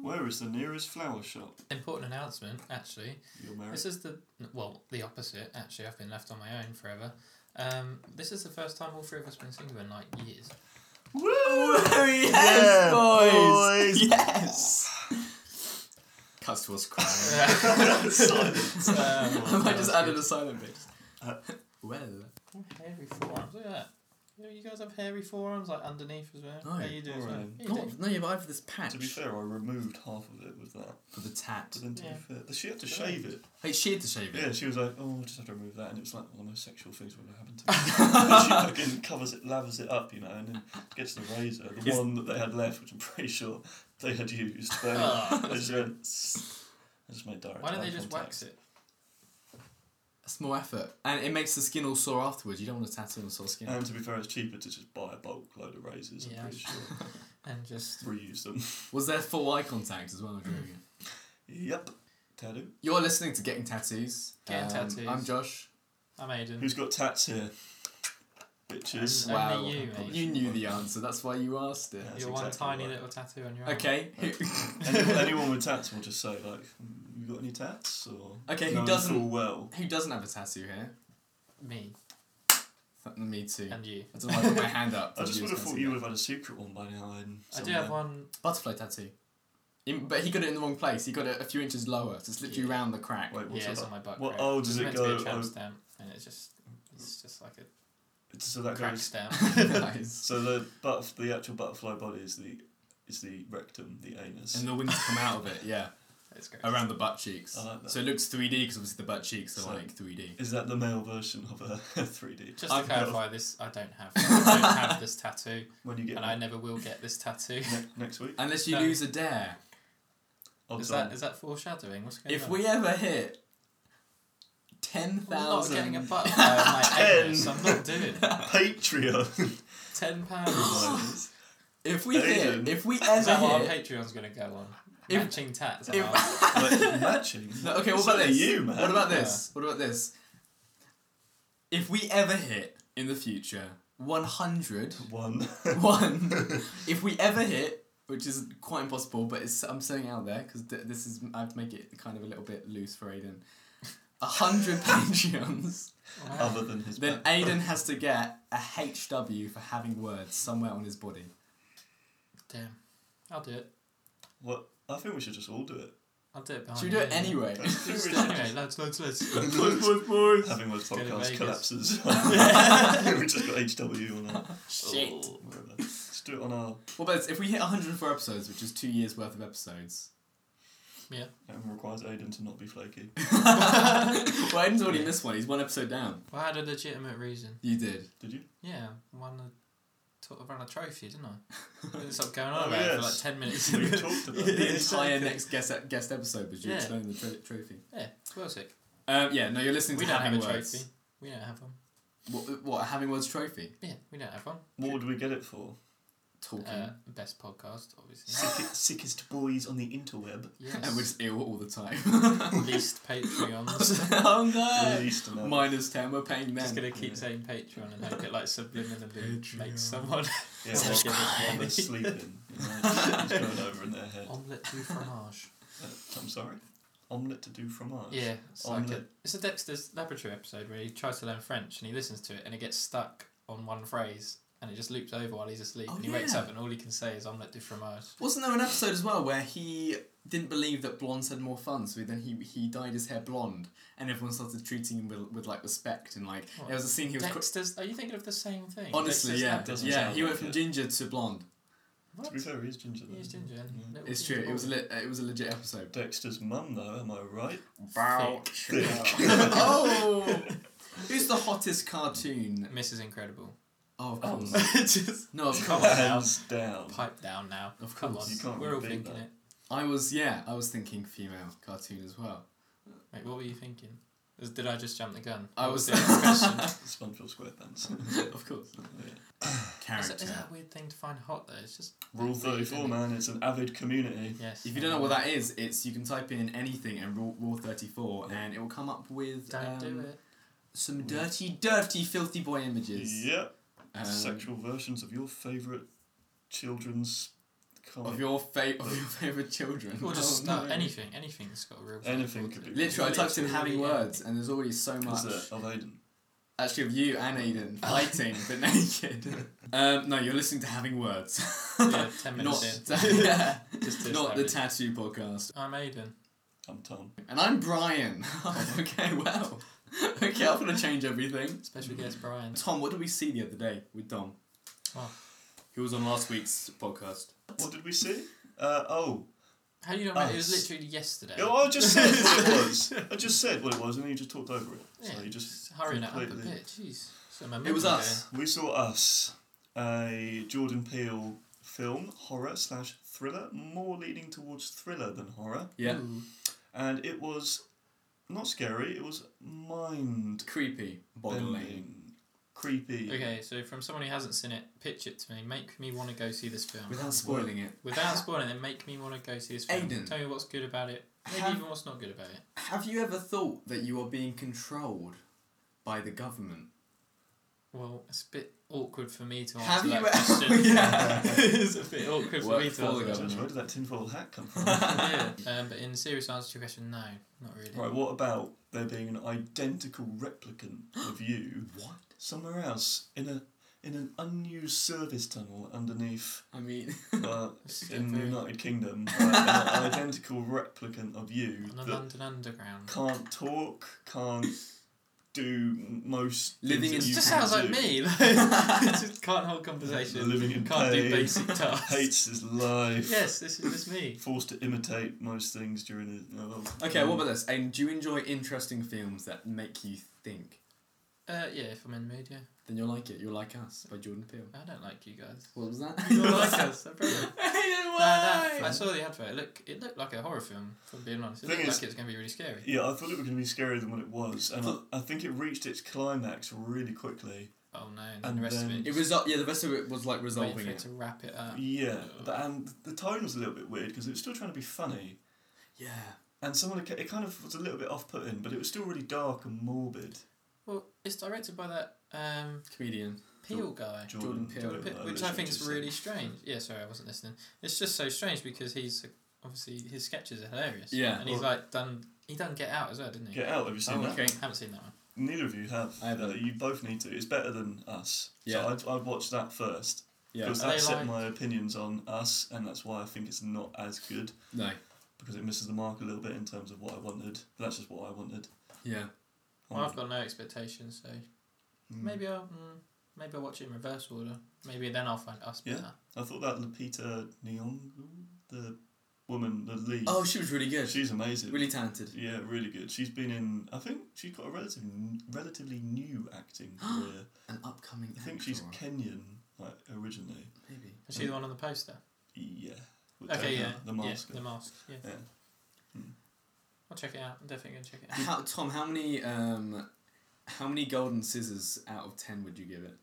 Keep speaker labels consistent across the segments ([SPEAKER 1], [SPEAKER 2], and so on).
[SPEAKER 1] Where is the nearest flower shop?
[SPEAKER 2] Important announcement, actually.
[SPEAKER 1] You're married.
[SPEAKER 2] This is the well, the opposite. Actually, I've been left on my own forever. Um, this is the first time all three of us have been single in like years.
[SPEAKER 1] Woo!
[SPEAKER 3] Oh, yes,
[SPEAKER 1] Yeah,
[SPEAKER 3] boys.
[SPEAKER 1] boys.
[SPEAKER 3] Yes. Cuss was crying.
[SPEAKER 1] Silence.
[SPEAKER 2] Um,
[SPEAKER 3] I might just
[SPEAKER 2] that's
[SPEAKER 3] added a silent bit.
[SPEAKER 1] Uh,
[SPEAKER 3] well,
[SPEAKER 2] good. Hairy forearms. Look at that. You, know, you guys have hairy forearms like underneath as well.
[SPEAKER 3] No.
[SPEAKER 2] yeah, you do as well.
[SPEAKER 1] Alright.
[SPEAKER 2] Yeah, you do.
[SPEAKER 3] not, no, yeah, but I have this patch
[SPEAKER 1] To be fair, I removed half of it with that.
[SPEAKER 3] for the tat.
[SPEAKER 1] But then to
[SPEAKER 2] Yeah.
[SPEAKER 1] be fair, she had to shave it.
[SPEAKER 3] Hey, she had to shave it.
[SPEAKER 1] Yeah, she was like, oh, I just have to remove that. And it was like one of the most sexual things that ever happened to me. she fucking covers it, lavers it up, you know, and then gets the razor, the
[SPEAKER 3] Is-
[SPEAKER 1] one that they had left, which I'm pretty sure they had used. But
[SPEAKER 2] Oh,
[SPEAKER 1] I just went, "Tss." I just made direct
[SPEAKER 2] Why don't
[SPEAKER 1] eye
[SPEAKER 2] they just
[SPEAKER 1] contact.
[SPEAKER 2] wax it?
[SPEAKER 3] It's more effort, and it makes the skin all sore afterwards. You don't want to tattoo on sore skin.
[SPEAKER 1] And to be fair, it's cheaper to just buy a bulk load of razors,
[SPEAKER 2] Yeah.
[SPEAKER 1] I'm pretty sure.
[SPEAKER 2] And just
[SPEAKER 1] Reuse them.
[SPEAKER 3] Was there full eye contact as well? during it?
[SPEAKER 1] yep. Tattoo.
[SPEAKER 3] You're listening to Getting Tattoos.
[SPEAKER 2] Getting
[SPEAKER 3] Um,
[SPEAKER 2] Tattoos.
[SPEAKER 3] I'm Josh.
[SPEAKER 2] I'm Aiden.
[SPEAKER 1] Who's got tats here? Bitches.
[SPEAKER 2] Only
[SPEAKER 3] Wow.
[SPEAKER 2] you, mate.
[SPEAKER 3] You knew the answer. That's why you asked it.
[SPEAKER 1] That's
[SPEAKER 2] Your one
[SPEAKER 1] exactly
[SPEAKER 2] tiny
[SPEAKER 1] right.
[SPEAKER 2] little tattoo on your arm.
[SPEAKER 3] Okay. who-
[SPEAKER 1] anyone, anyone with tats will just say, like, "Mm, you got any tats? Or
[SPEAKER 3] Okay, who
[SPEAKER 1] knowing
[SPEAKER 3] doesn't-
[SPEAKER 1] full well.
[SPEAKER 3] Who doesn't have a tattoo here?
[SPEAKER 2] Me
[SPEAKER 3] Th- Me too.
[SPEAKER 2] and you.
[SPEAKER 3] I don't know why I put my hand up.
[SPEAKER 1] I just
[SPEAKER 3] You
[SPEAKER 1] would have
[SPEAKER 3] was
[SPEAKER 1] thought
[SPEAKER 3] gonna
[SPEAKER 1] you
[SPEAKER 3] say
[SPEAKER 1] would have had a secret one by now. And
[SPEAKER 2] I do have one.
[SPEAKER 3] Butterfly tattoo. In- but he got it in the wrong place. He got it a few inches lower, so it's literally
[SPEAKER 2] Yeah.
[SPEAKER 3] round the crack.
[SPEAKER 1] Wait, what's
[SPEAKER 2] Yeah, it's
[SPEAKER 1] that?
[SPEAKER 2] on my butt.
[SPEAKER 1] What-
[SPEAKER 2] crack.
[SPEAKER 1] oh, does
[SPEAKER 2] it's
[SPEAKER 1] it
[SPEAKER 2] meant
[SPEAKER 1] go-
[SPEAKER 2] To be a tramp
[SPEAKER 1] oh.
[SPEAKER 2] stamp, and it's just it's just like a
[SPEAKER 1] So that
[SPEAKER 2] crack
[SPEAKER 1] goes.
[SPEAKER 2] stamp.
[SPEAKER 3] nice.
[SPEAKER 1] So the butterf- the actual butterfly body is the is the rectum, the anus.
[SPEAKER 3] And the wings come out of it, yeah,
[SPEAKER 2] It's great.
[SPEAKER 3] around the butt cheeks.
[SPEAKER 1] I like that.
[SPEAKER 3] So it looks 3D because obviously the butt cheeks are
[SPEAKER 1] So-
[SPEAKER 3] like 3D.
[SPEAKER 1] is that the male version of a 3D?
[SPEAKER 2] Just to
[SPEAKER 3] I've
[SPEAKER 2] clarify, this I don't have. I don't have this tattoo,
[SPEAKER 1] When you get
[SPEAKER 2] and I never will get this tattoo.
[SPEAKER 1] ne- next week,
[SPEAKER 3] Unless you
[SPEAKER 2] No.
[SPEAKER 3] lose a dare.
[SPEAKER 1] I'll
[SPEAKER 2] Is
[SPEAKER 1] done.
[SPEAKER 2] that is that foreshadowing? What's going
[SPEAKER 3] If
[SPEAKER 2] on?
[SPEAKER 3] we ever hit
[SPEAKER 2] I'm not getting a
[SPEAKER 3] 10,000.
[SPEAKER 2] butterfly on my
[SPEAKER 1] Ten.
[SPEAKER 2] anus. I'm not doing it.
[SPEAKER 1] Patreon.
[SPEAKER 2] Ten pounds.
[SPEAKER 3] If we hit,
[SPEAKER 1] Asian.
[SPEAKER 3] if we
[SPEAKER 2] Is that
[SPEAKER 3] ever
[SPEAKER 2] what our
[SPEAKER 3] hit.
[SPEAKER 2] Patreon's going to go on?
[SPEAKER 3] If-
[SPEAKER 2] Matching tats. Oh,
[SPEAKER 3] if-
[SPEAKER 2] are-
[SPEAKER 1] Like, matching.
[SPEAKER 3] No, okay, what
[SPEAKER 1] It's
[SPEAKER 3] about
[SPEAKER 1] only
[SPEAKER 3] this?
[SPEAKER 1] You man.
[SPEAKER 3] What about this? What about this? If we ever hit in the future 100,
[SPEAKER 1] one?
[SPEAKER 3] one, if we ever hit, which is quite impossible, but it's I'm saying out there because th- this is I have to make it kind of a little bit loose for Aiden. A hundred Patreons,
[SPEAKER 2] Wow.
[SPEAKER 1] Other than his.
[SPEAKER 3] then
[SPEAKER 1] back.
[SPEAKER 3] Aiden has to get a HW for having words somewhere on his body.
[SPEAKER 2] Damn. I'll do it.
[SPEAKER 1] What? I think we should just all do it.
[SPEAKER 2] I'll do it. behind
[SPEAKER 3] Should we do it
[SPEAKER 2] you.
[SPEAKER 3] anyway?
[SPEAKER 1] I think we should
[SPEAKER 2] Anyway, lads, lads, lads.
[SPEAKER 1] just- Having those
[SPEAKER 2] Let's go to
[SPEAKER 1] podcast
[SPEAKER 2] Vegas.
[SPEAKER 1] collapses. we just got HW on our.
[SPEAKER 3] Shit.
[SPEAKER 1] Oh, whatever. Let's do it on our.
[SPEAKER 3] Well, but if we hit 104 episodes, which is two years worth of episodes,
[SPEAKER 1] And requires Aiden to not be flaky.
[SPEAKER 3] well, Aiden's already missed one. He's one episode down.
[SPEAKER 2] Well, I had a legitimate reason.
[SPEAKER 3] You did.
[SPEAKER 1] Did you?
[SPEAKER 2] Yeah, won a, to- I ran a trophy, didn't I? It's up going on
[SPEAKER 1] Oh,
[SPEAKER 2] about it for like
[SPEAKER 1] yes.
[SPEAKER 2] ten minutes.
[SPEAKER 1] We talked about
[SPEAKER 3] the
[SPEAKER 1] it.
[SPEAKER 3] entire next guest guest episode was you
[SPEAKER 2] Yeah.
[SPEAKER 3] explaining the tro- trophy.
[SPEAKER 2] yeah, well sick.
[SPEAKER 3] Um, yeah, no, you're listening
[SPEAKER 2] We
[SPEAKER 3] to
[SPEAKER 2] don't have
[SPEAKER 3] Having
[SPEAKER 2] a
[SPEAKER 3] Words.
[SPEAKER 2] trophy. We don't have one.
[SPEAKER 3] What, what, a Having Words trophy?
[SPEAKER 2] Yeah, we don't have one.
[SPEAKER 1] What would we get it for?
[SPEAKER 3] Talking.
[SPEAKER 2] Uh, best podcast, obviously.
[SPEAKER 1] Sick, sickest boys on the interweb.
[SPEAKER 2] Yes.
[SPEAKER 3] and we're just ill all the time.
[SPEAKER 2] least Patreons.
[SPEAKER 3] oh
[SPEAKER 1] Released
[SPEAKER 3] no!
[SPEAKER 1] amount.
[SPEAKER 3] Minus 10, we're paying
[SPEAKER 2] Just
[SPEAKER 3] them.
[SPEAKER 2] gonna keep saying Patreon and hope it like subliminally
[SPEAKER 3] Patreon.
[SPEAKER 2] makes someone
[SPEAKER 1] Yeah, while- while they're sleeping. You know, it's going over in their head.
[SPEAKER 2] omelette du fromage.
[SPEAKER 1] Uh, I'm sorry? Omelette to do fromage.
[SPEAKER 2] Yeah, it's, like a,
[SPEAKER 1] Omelette.
[SPEAKER 2] it's a Dexter's Laboratory episode where he tries to learn French and he listens to it and it gets stuck on one phrase and it just loops over while he's asleep
[SPEAKER 3] Oh,
[SPEAKER 2] and he wakes
[SPEAKER 3] yeah.
[SPEAKER 2] up and all he can say is omelette du fromage.
[SPEAKER 3] Wasn't there an episode as well where he didn't believe that blondes had more fun, so then he he dyed his hair blonde, and everyone started treating him with, with like respect and like
[SPEAKER 2] What?
[SPEAKER 3] there was a scene he was. qu-
[SPEAKER 2] Dexter's. Are you thinking of the same thing?
[SPEAKER 3] Honestly,
[SPEAKER 2] Dexter's
[SPEAKER 3] yeah,
[SPEAKER 2] Lab-
[SPEAKER 1] doesn't
[SPEAKER 3] yeah.
[SPEAKER 1] sound
[SPEAKER 3] He went
[SPEAKER 1] like
[SPEAKER 3] from
[SPEAKER 1] it.
[SPEAKER 3] ginger to blonde.
[SPEAKER 1] To be
[SPEAKER 2] What?
[SPEAKER 1] fair, he is ginger. though.
[SPEAKER 2] He's ginger.
[SPEAKER 1] Yeah.
[SPEAKER 2] Little
[SPEAKER 3] It's true. It was a
[SPEAKER 2] ginger
[SPEAKER 3] le- uh, it was a legit episode.
[SPEAKER 1] Dexter's mum, though, am I right?
[SPEAKER 3] oh, who's the hottest cartoon?
[SPEAKER 2] ball. Mrs. Incredible.
[SPEAKER 3] Oh, of
[SPEAKER 1] Oh.
[SPEAKER 3] course.
[SPEAKER 2] Just
[SPEAKER 3] No, of
[SPEAKER 2] Come
[SPEAKER 3] course.
[SPEAKER 2] on.
[SPEAKER 1] Hands down.
[SPEAKER 2] pipe down now.
[SPEAKER 3] Of
[SPEAKER 2] Come
[SPEAKER 3] course.
[SPEAKER 2] on.
[SPEAKER 1] You can't
[SPEAKER 2] We're all
[SPEAKER 1] beat
[SPEAKER 2] thinking
[SPEAKER 1] that.
[SPEAKER 2] it.
[SPEAKER 3] I was yeah. I was thinking female cartoon as well.
[SPEAKER 2] Wait, what were you thinking? Is- Did I just jump the gun?
[SPEAKER 3] I
[SPEAKER 2] What
[SPEAKER 3] was
[SPEAKER 2] the other question.
[SPEAKER 1] SpongeBob SquarePants.
[SPEAKER 3] of course.
[SPEAKER 2] Is
[SPEAKER 3] Character.
[SPEAKER 2] that, is that a weird thing to find hot though? It's just
[SPEAKER 1] Rule
[SPEAKER 2] Really, isn't
[SPEAKER 1] 34,
[SPEAKER 2] it?
[SPEAKER 1] man, it's an avid community.
[SPEAKER 2] yes.
[SPEAKER 3] If you don't know what that is, it's you can type in anything and raw, raw thirty four, and it will come up with
[SPEAKER 2] Don't
[SPEAKER 3] um,
[SPEAKER 2] do it.
[SPEAKER 3] some dirty, dirty, filthy boy images.
[SPEAKER 1] Yep.
[SPEAKER 3] Um,
[SPEAKER 1] Sexual versions of your favourite children's can't.
[SPEAKER 3] of your fa- of your favorite children.
[SPEAKER 2] Or just
[SPEAKER 3] Oh,
[SPEAKER 2] no, anything, anything that's got a real.
[SPEAKER 1] Anything could be-
[SPEAKER 3] Literally, I typed in
[SPEAKER 2] Literally
[SPEAKER 3] Harry words,
[SPEAKER 2] anything.
[SPEAKER 3] and there's already so much.
[SPEAKER 1] Is it of Aiden?
[SPEAKER 3] Actually, of you and Aiden fighting but naked. Um, no, you're listening to Having Words.
[SPEAKER 2] Yeah, 10 minutes
[SPEAKER 3] Not,
[SPEAKER 2] in.
[SPEAKER 3] yeah,
[SPEAKER 2] Just to
[SPEAKER 3] not the
[SPEAKER 2] establish.
[SPEAKER 3] tattoo podcast.
[SPEAKER 2] I'm Aiden.
[SPEAKER 1] I'm Tom.
[SPEAKER 3] And I'm Brian. Oh, okay, well. Okay, I'm gonna change everything.
[SPEAKER 2] Special guest Brian.
[SPEAKER 3] Tom, what did we see the other day with Dom?
[SPEAKER 2] Oh.
[SPEAKER 3] He was on last week's podcast.
[SPEAKER 1] What did we see? Uh, oh.
[SPEAKER 2] How do you know? mate? It was
[SPEAKER 1] Us.
[SPEAKER 2] literally yesterday.
[SPEAKER 1] Yeah, well, I just said what it was. I just said what it was, and then you just talked over it.
[SPEAKER 2] Yeah,
[SPEAKER 1] So you just
[SPEAKER 2] hurrying it up a
[SPEAKER 1] completely-
[SPEAKER 2] bit. Jeez. So my
[SPEAKER 3] It was
[SPEAKER 2] memory
[SPEAKER 3] us.
[SPEAKER 1] We saw Us, a Jordan Peele film, horror slash thriller, more leaning towards thriller than horror,
[SPEAKER 2] there.
[SPEAKER 3] Yeah.
[SPEAKER 2] Ooh.
[SPEAKER 1] and it was not scary. It was mind
[SPEAKER 3] Creepy. Boggling.
[SPEAKER 1] bending, creepy.
[SPEAKER 2] Okay, so from someone who hasn't seen it, pitch it to me. Make me want to go see this film.
[SPEAKER 3] Without spoiling it.
[SPEAKER 2] Without spoiling it, make me want to go see this film.
[SPEAKER 3] Aiden.
[SPEAKER 2] Tell me what's good about it. Maybe
[SPEAKER 3] Have-
[SPEAKER 2] even what's not good about it.
[SPEAKER 3] Have you ever thought that you are being controlled by the government?
[SPEAKER 2] Well, it's a bit awkward for me to answer
[SPEAKER 3] Have you
[SPEAKER 2] that
[SPEAKER 3] ever?
[SPEAKER 2] question.
[SPEAKER 3] yeah.
[SPEAKER 2] it's a bit awkward for
[SPEAKER 3] Work
[SPEAKER 2] me
[SPEAKER 3] for
[SPEAKER 2] to
[SPEAKER 3] the
[SPEAKER 2] answer that.
[SPEAKER 3] government.
[SPEAKER 1] Judge, Where did that tinfoil hat come from?
[SPEAKER 2] yeah. Um, but in serious answer to your question, no, not really.
[SPEAKER 1] right, what about there being an identical replicant of you
[SPEAKER 3] What?
[SPEAKER 1] somewhere else in a in an unused service tunnel underneath
[SPEAKER 3] I mean,
[SPEAKER 1] uh,
[SPEAKER 2] It's
[SPEAKER 1] in the
[SPEAKER 2] very-
[SPEAKER 1] United Kingdom, uh, an identical replicant of you
[SPEAKER 2] On the
[SPEAKER 1] that
[SPEAKER 2] London Underground.
[SPEAKER 1] can't talk, can't do most things
[SPEAKER 3] Living
[SPEAKER 1] that
[SPEAKER 3] in-
[SPEAKER 2] It
[SPEAKER 1] you
[SPEAKER 2] just
[SPEAKER 1] can
[SPEAKER 2] sounds like
[SPEAKER 1] do.
[SPEAKER 2] me. Like, just can't hold conversation.
[SPEAKER 1] Living in
[SPEAKER 2] can't do
[SPEAKER 1] pain,
[SPEAKER 2] basic tasks.
[SPEAKER 1] Hates his life.
[SPEAKER 2] Yes, this is just me.
[SPEAKER 1] Forced to imitate most things during his. no, no.
[SPEAKER 3] okay. What about this? And do you enjoy interesting films that make you think?
[SPEAKER 2] Uh, yeah, if I'm in the mood, yeah.
[SPEAKER 3] Then you'll like it. You'll like Us by Jordan Peele.
[SPEAKER 2] I don't like you guys.
[SPEAKER 3] What was that?
[SPEAKER 2] You all like us. They're brilliant. No,
[SPEAKER 3] I
[SPEAKER 2] no, I saw the advert. It looked, it looked like a horror film, if I'm being honest. It
[SPEAKER 1] Thing
[SPEAKER 2] looked
[SPEAKER 1] is-
[SPEAKER 2] like it was going to be really scary.
[SPEAKER 1] Yeah, I thought it was going to be scarier than what it was, and I, I think it reached its climax really quickly.
[SPEAKER 2] Oh no, and, then
[SPEAKER 1] And
[SPEAKER 2] the rest
[SPEAKER 1] then-
[SPEAKER 2] of it.
[SPEAKER 3] It was uh, yeah. The rest of it was like
[SPEAKER 2] just waiting
[SPEAKER 3] resolving
[SPEAKER 2] for it
[SPEAKER 3] it.
[SPEAKER 2] to wrap it up.
[SPEAKER 1] yeah,
[SPEAKER 2] Oh.
[SPEAKER 1] but, and the tone was a little bit weird because it was still trying to be funny,
[SPEAKER 3] Yeah.
[SPEAKER 1] And someone it ca- it kind of was a little bit off putting, but it was still really dark and morbid.
[SPEAKER 2] Well, it's directed by that um,
[SPEAKER 3] Comedian.
[SPEAKER 2] Peel guy.
[SPEAKER 3] Jordan Peele.
[SPEAKER 1] Peele,
[SPEAKER 2] Pi-
[SPEAKER 1] I
[SPEAKER 2] which I
[SPEAKER 1] literally
[SPEAKER 2] think is
[SPEAKER 1] just said.
[SPEAKER 2] really strange. Yeah, sorry, I wasn't listening. It's just so strange because he's obviously his sketches are hilarious.
[SPEAKER 3] Yeah.
[SPEAKER 2] and he's
[SPEAKER 1] Well-
[SPEAKER 2] like done. He done Get Out as well, didn't he?
[SPEAKER 1] Get out, have you seen
[SPEAKER 3] Oh,
[SPEAKER 1] that?
[SPEAKER 3] okay.
[SPEAKER 2] haven't seen that one.
[SPEAKER 1] Neither of you have.
[SPEAKER 3] I haven't.
[SPEAKER 1] Uh, you both need to. It's better than Us.
[SPEAKER 3] Yeah.
[SPEAKER 1] So I'd, I'd watch that first.
[SPEAKER 3] Yeah.
[SPEAKER 1] Because
[SPEAKER 2] Are they
[SPEAKER 1] that set
[SPEAKER 2] like-
[SPEAKER 1] my opinions on Us, and that's why I think it's not as good.
[SPEAKER 3] No.
[SPEAKER 1] Because it misses the mark a little bit in terms of what I wanted. But that's just what I wanted.
[SPEAKER 3] Yeah.
[SPEAKER 2] Well, I've got no expectations, so
[SPEAKER 1] Hmm.
[SPEAKER 2] maybe I'll mm, maybe I'll watch it in reverse order. Maybe then I'll find us
[SPEAKER 1] Yeah.
[SPEAKER 2] better.
[SPEAKER 1] I thought that Lupita Nyong'o, the woman, the lead,
[SPEAKER 3] Oh, she was really good.
[SPEAKER 1] she's amazing.
[SPEAKER 3] really talented.
[SPEAKER 1] Yeah, really good. She's been in. I think she's got a relative, relatively new acting career.
[SPEAKER 3] An upcoming.
[SPEAKER 1] I think she's
[SPEAKER 3] actor,
[SPEAKER 1] Kenyan, like originally.
[SPEAKER 3] maybe.
[SPEAKER 2] Is
[SPEAKER 1] Hmm.
[SPEAKER 2] she the one on the poster?
[SPEAKER 1] Yeah. With
[SPEAKER 2] Okay,
[SPEAKER 1] Dana,
[SPEAKER 2] yeah,
[SPEAKER 1] The mask.
[SPEAKER 2] yeah, the mask. Yeah.
[SPEAKER 1] Yeah. Hmm.
[SPEAKER 2] I'll check it out. I'm definitely gonna check it out.
[SPEAKER 3] How, Tom, how many um, how many golden scissors out of ten would you give it?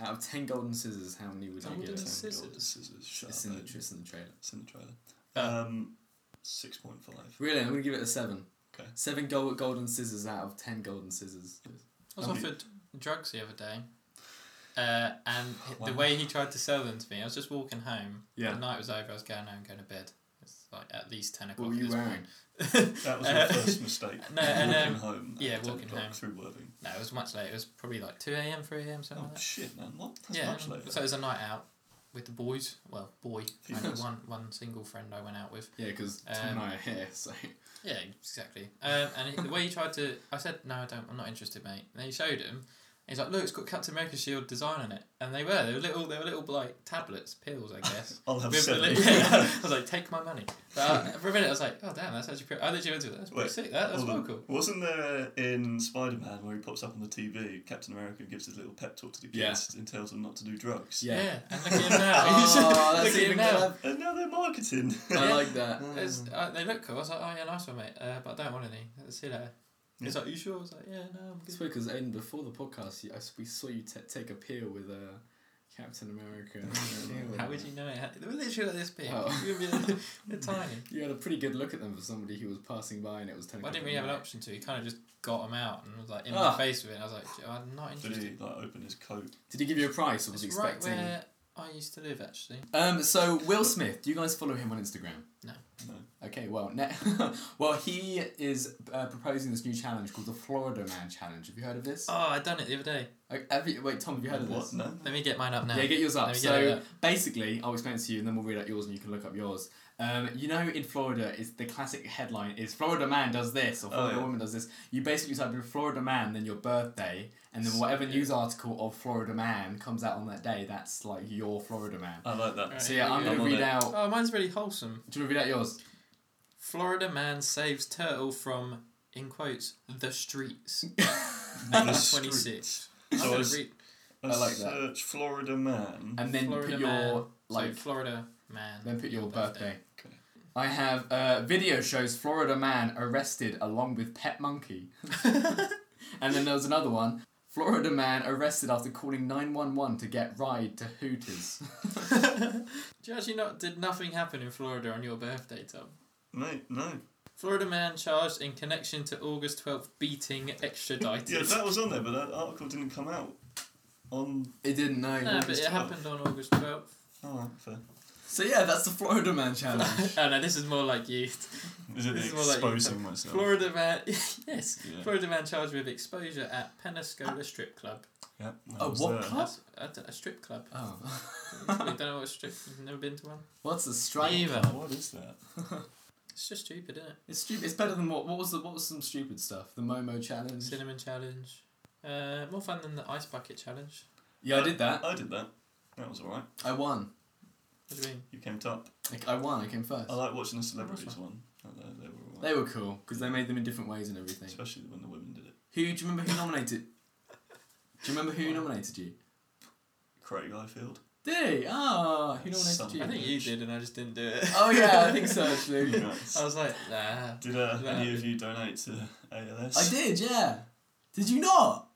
[SPEAKER 3] Out of ten golden scissors, how many would
[SPEAKER 2] Golden
[SPEAKER 3] you give it?
[SPEAKER 2] sci- Scissors.
[SPEAKER 1] Golden Scissors. Shut
[SPEAKER 3] It's
[SPEAKER 1] up,
[SPEAKER 3] in, the,
[SPEAKER 1] mate.
[SPEAKER 3] it's in the trailer.
[SPEAKER 1] It's in the trailer.
[SPEAKER 2] Uh,
[SPEAKER 1] Um, six point five.
[SPEAKER 3] Really, I'm gonna give it a seven.
[SPEAKER 1] Okay.
[SPEAKER 3] Seven gold, golden scissors out of ten golden scissors.
[SPEAKER 2] I was
[SPEAKER 1] Have you-
[SPEAKER 2] offered drugs the other day, uh, and h- the
[SPEAKER 1] Wow.
[SPEAKER 2] way he tried to sell them to me, I was just walking home.
[SPEAKER 3] Yeah.
[SPEAKER 2] The night was over. I was going home, going to bed. It's like at least ten o'clock.
[SPEAKER 3] What were
[SPEAKER 2] at
[SPEAKER 3] you
[SPEAKER 2] this
[SPEAKER 3] wearing?
[SPEAKER 2] point.
[SPEAKER 1] That was my
[SPEAKER 2] Uh,
[SPEAKER 1] first mistake.
[SPEAKER 2] no, and,
[SPEAKER 1] walking
[SPEAKER 2] um,
[SPEAKER 1] home. at
[SPEAKER 2] yeah,
[SPEAKER 1] 10
[SPEAKER 2] walking
[SPEAKER 1] o'clock
[SPEAKER 2] home.
[SPEAKER 1] through Worthing.
[SPEAKER 2] No, it was much later. It was probably like two a.m., three a.m. something
[SPEAKER 1] Oh
[SPEAKER 2] like that.
[SPEAKER 1] shit, man! What? That's
[SPEAKER 2] yeah.
[SPEAKER 1] much later.
[SPEAKER 2] So it was a night out with the boys. Well, boy. I had
[SPEAKER 1] Females.
[SPEAKER 2] one one single friend I went out with.
[SPEAKER 3] Yeah, because Tom
[SPEAKER 2] Um,
[SPEAKER 3] and I are here, so
[SPEAKER 2] Yeah, exactly. Um, and he- the way he tried to, I said, "No, I don't. I'm not interested, mate." And then he showed him. He's like, "Look, it's got Captain America's shield design on it." And they were, they were little, they were little like tablets, pills, I guess.
[SPEAKER 1] I'll have
[SPEAKER 2] With the
[SPEAKER 1] seven.
[SPEAKER 2] li- yeah. I was like, "Take my money." But uh, for a minute, I was like, "Oh damn, that's actually pretty." I literally went to it. That's pretty
[SPEAKER 1] Wait,
[SPEAKER 2] sick. That that's
[SPEAKER 1] Hold
[SPEAKER 2] well
[SPEAKER 1] on.
[SPEAKER 2] cool.
[SPEAKER 1] Wasn't there in Spider Man where he pops up on the TV, Captain America gives his little pep talk to the
[SPEAKER 3] Yeah.
[SPEAKER 1] kids and tells them not to do drugs?
[SPEAKER 2] Yeah.
[SPEAKER 3] Yeah.
[SPEAKER 2] and look at him now.
[SPEAKER 3] oh,
[SPEAKER 2] look
[SPEAKER 3] that's
[SPEAKER 2] at him
[SPEAKER 3] even
[SPEAKER 2] now.
[SPEAKER 3] better.
[SPEAKER 1] And now they're marketing.
[SPEAKER 3] I like that.
[SPEAKER 2] It's, uh, they look cool. I was like, "Oh yeah, nice one, mate." Uh, but I don't want any. See you later. He's
[SPEAKER 1] Yeah.
[SPEAKER 2] like, "You sure?" I was like, "Yeah, no, I'm good."
[SPEAKER 3] It's weird because Aiden, before the podcast, you, I s- we saw you t- take a peel with uh, Captain America.
[SPEAKER 2] How would you know it? They were literally like this big.
[SPEAKER 3] Oh.
[SPEAKER 2] You would be- They're tiny.
[SPEAKER 3] You had a pretty good look at them for somebody who was passing by, and it was ten.
[SPEAKER 2] Well, I didn't really have an option to. He kind of just got him out and was like in
[SPEAKER 3] Ah.
[SPEAKER 2] my face with it. And I was like, "Gee, I'm not
[SPEAKER 1] Did
[SPEAKER 2] interested.
[SPEAKER 1] he like open his coat?
[SPEAKER 3] Did he give you a price, or was
[SPEAKER 2] It's
[SPEAKER 3] he
[SPEAKER 2] right
[SPEAKER 3] expecting?
[SPEAKER 2] where I used to live actually.
[SPEAKER 3] Um, so Will Smith, do you guys follow him on Instagram?
[SPEAKER 2] No.
[SPEAKER 1] No.
[SPEAKER 3] Okay, well, ne- well, he is uh, proposing this new challenge called the Florida Man Challenge. Have you heard of this?
[SPEAKER 2] Oh, I done it the other day.
[SPEAKER 3] Uh, have you- wait, Tom, have you heard of
[SPEAKER 1] What?
[SPEAKER 3] this?
[SPEAKER 1] No.
[SPEAKER 2] Let me get mine up now.
[SPEAKER 3] Yeah, get yours up.
[SPEAKER 2] Let me get
[SPEAKER 3] so
[SPEAKER 2] it up.
[SPEAKER 3] basically, I'll explain it to you, and then we'll read out yours, and you can look up yours. Um, you know, in Florida, is the classic headline is "Florida man does this" or
[SPEAKER 1] Oh,
[SPEAKER 3] "Florida
[SPEAKER 1] yeah.
[SPEAKER 3] woman does this." You basically type in "Florida man," then your birthday, and then whatever
[SPEAKER 2] Yeah.
[SPEAKER 3] news article of Florida man comes out on that day, that's like your Florida man.
[SPEAKER 1] I like that.
[SPEAKER 2] Right.
[SPEAKER 3] So yeah, I'm
[SPEAKER 2] I'm
[SPEAKER 3] gonna
[SPEAKER 1] on
[SPEAKER 3] read
[SPEAKER 1] it.
[SPEAKER 3] out.
[SPEAKER 2] Oh, mine's really wholesome.
[SPEAKER 3] Do you want to read out yours?
[SPEAKER 2] Florida man saves turtle from in quotes the streets.
[SPEAKER 1] The
[SPEAKER 2] Twenty six. I'm
[SPEAKER 1] So
[SPEAKER 2] gonna
[SPEAKER 1] it's-
[SPEAKER 2] read
[SPEAKER 1] I
[SPEAKER 3] I like
[SPEAKER 1] like
[SPEAKER 3] that.
[SPEAKER 1] Search Florida man.
[SPEAKER 3] and then
[SPEAKER 2] Florida
[SPEAKER 3] put your
[SPEAKER 2] man.
[SPEAKER 3] like.
[SPEAKER 2] so Florida man.
[SPEAKER 3] then put your birthday.
[SPEAKER 1] Okay.
[SPEAKER 3] I have uh, video shows Florida man arrested along with pet monkey. And then there was another one. Florida man arrested after calling 911 to get ride to Hooters.
[SPEAKER 2] Do you actually not did nothing happen in Florida on your birthday, Tom?
[SPEAKER 1] No, no.
[SPEAKER 2] Florida man charged in connection to August 12th beating extradited.
[SPEAKER 1] Yeah, that was on there, but that article didn't come out. On
[SPEAKER 3] it didn't know.
[SPEAKER 2] no, but
[SPEAKER 1] August
[SPEAKER 2] it
[SPEAKER 1] 12th.
[SPEAKER 2] happened on August 12th.
[SPEAKER 1] oh, fair.
[SPEAKER 3] So yeah, that's the Florida man challenge.
[SPEAKER 2] oh no, this is more like you.
[SPEAKER 1] Is it
[SPEAKER 2] This is more like-
[SPEAKER 1] exposing myself?
[SPEAKER 2] Florida man, yes.
[SPEAKER 1] Yeah.
[SPEAKER 2] Florida man charged with exposure at Penascola strip club.
[SPEAKER 1] Yeah, that
[SPEAKER 3] Oh,
[SPEAKER 1] was
[SPEAKER 3] what
[SPEAKER 1] there.
[SPEAKER 3] club?
[SPEAKER 2] That's at a strip club. You
[SPEAKER 3] oh.
[SPEAKER 2] don't know what a strip. You've never been to one.
[SPEAKER 3] What's the strike?
[SPEAKER 2] Neither.
[SPEAKER 1] What is that?
[SPEAKER 2] It's just stupid, isn't it?
[SPEAKER 3] It's stupid. It's better than what? What was the? What was some stupid stuff? The Momo challenge.
[SPEAKER 2] Cinnamon challenge. Uh, more fun than the ice bucket challenge.
[SPEAKER 3] Yeah, I did that.
[SPEAKER 1] I did that. That was alright.
[SPEAKER 3] I won.
[SPEAKER 2] What do you mean?
[SPEAKER 1] You came top.
[SPEAKER 3] Like I won. I came first.
[SPEAKER 1] I like watching the celebrities one. Uh, They, they were alright.
[SPEAKER 3] They were cool because they made them in different ways and everything.
[SPEAKER 1] Especially when the women did it.
[SPEAKER 3] Who do you remember? Who nominated? Do you remember who
[SPEAKER 2] Wow.
[SPEAKER 3] nominated you?
[SPEAKER 1] Craig Ifield.
[SPEAKER 3] Did he? Ah, who nominated
[SPEAKER 1] Some-
[SPEAKER 3] you?
[SPEAKER 2] I think you did, and I just didn't do it.
[SPEAKER 3] Oh yeah, I think so actually.
[SPEAKER 2] I
[SPEAKER 1] Nice.
[SPEAKER 2] was like, nah.
[SPEAKER 1] Did uh,
[SPEAKER 2] Yeah.
[SPEAKER 1] any of you donate to ALS?
[SPEAKER 3] I did, yeah. Did you not?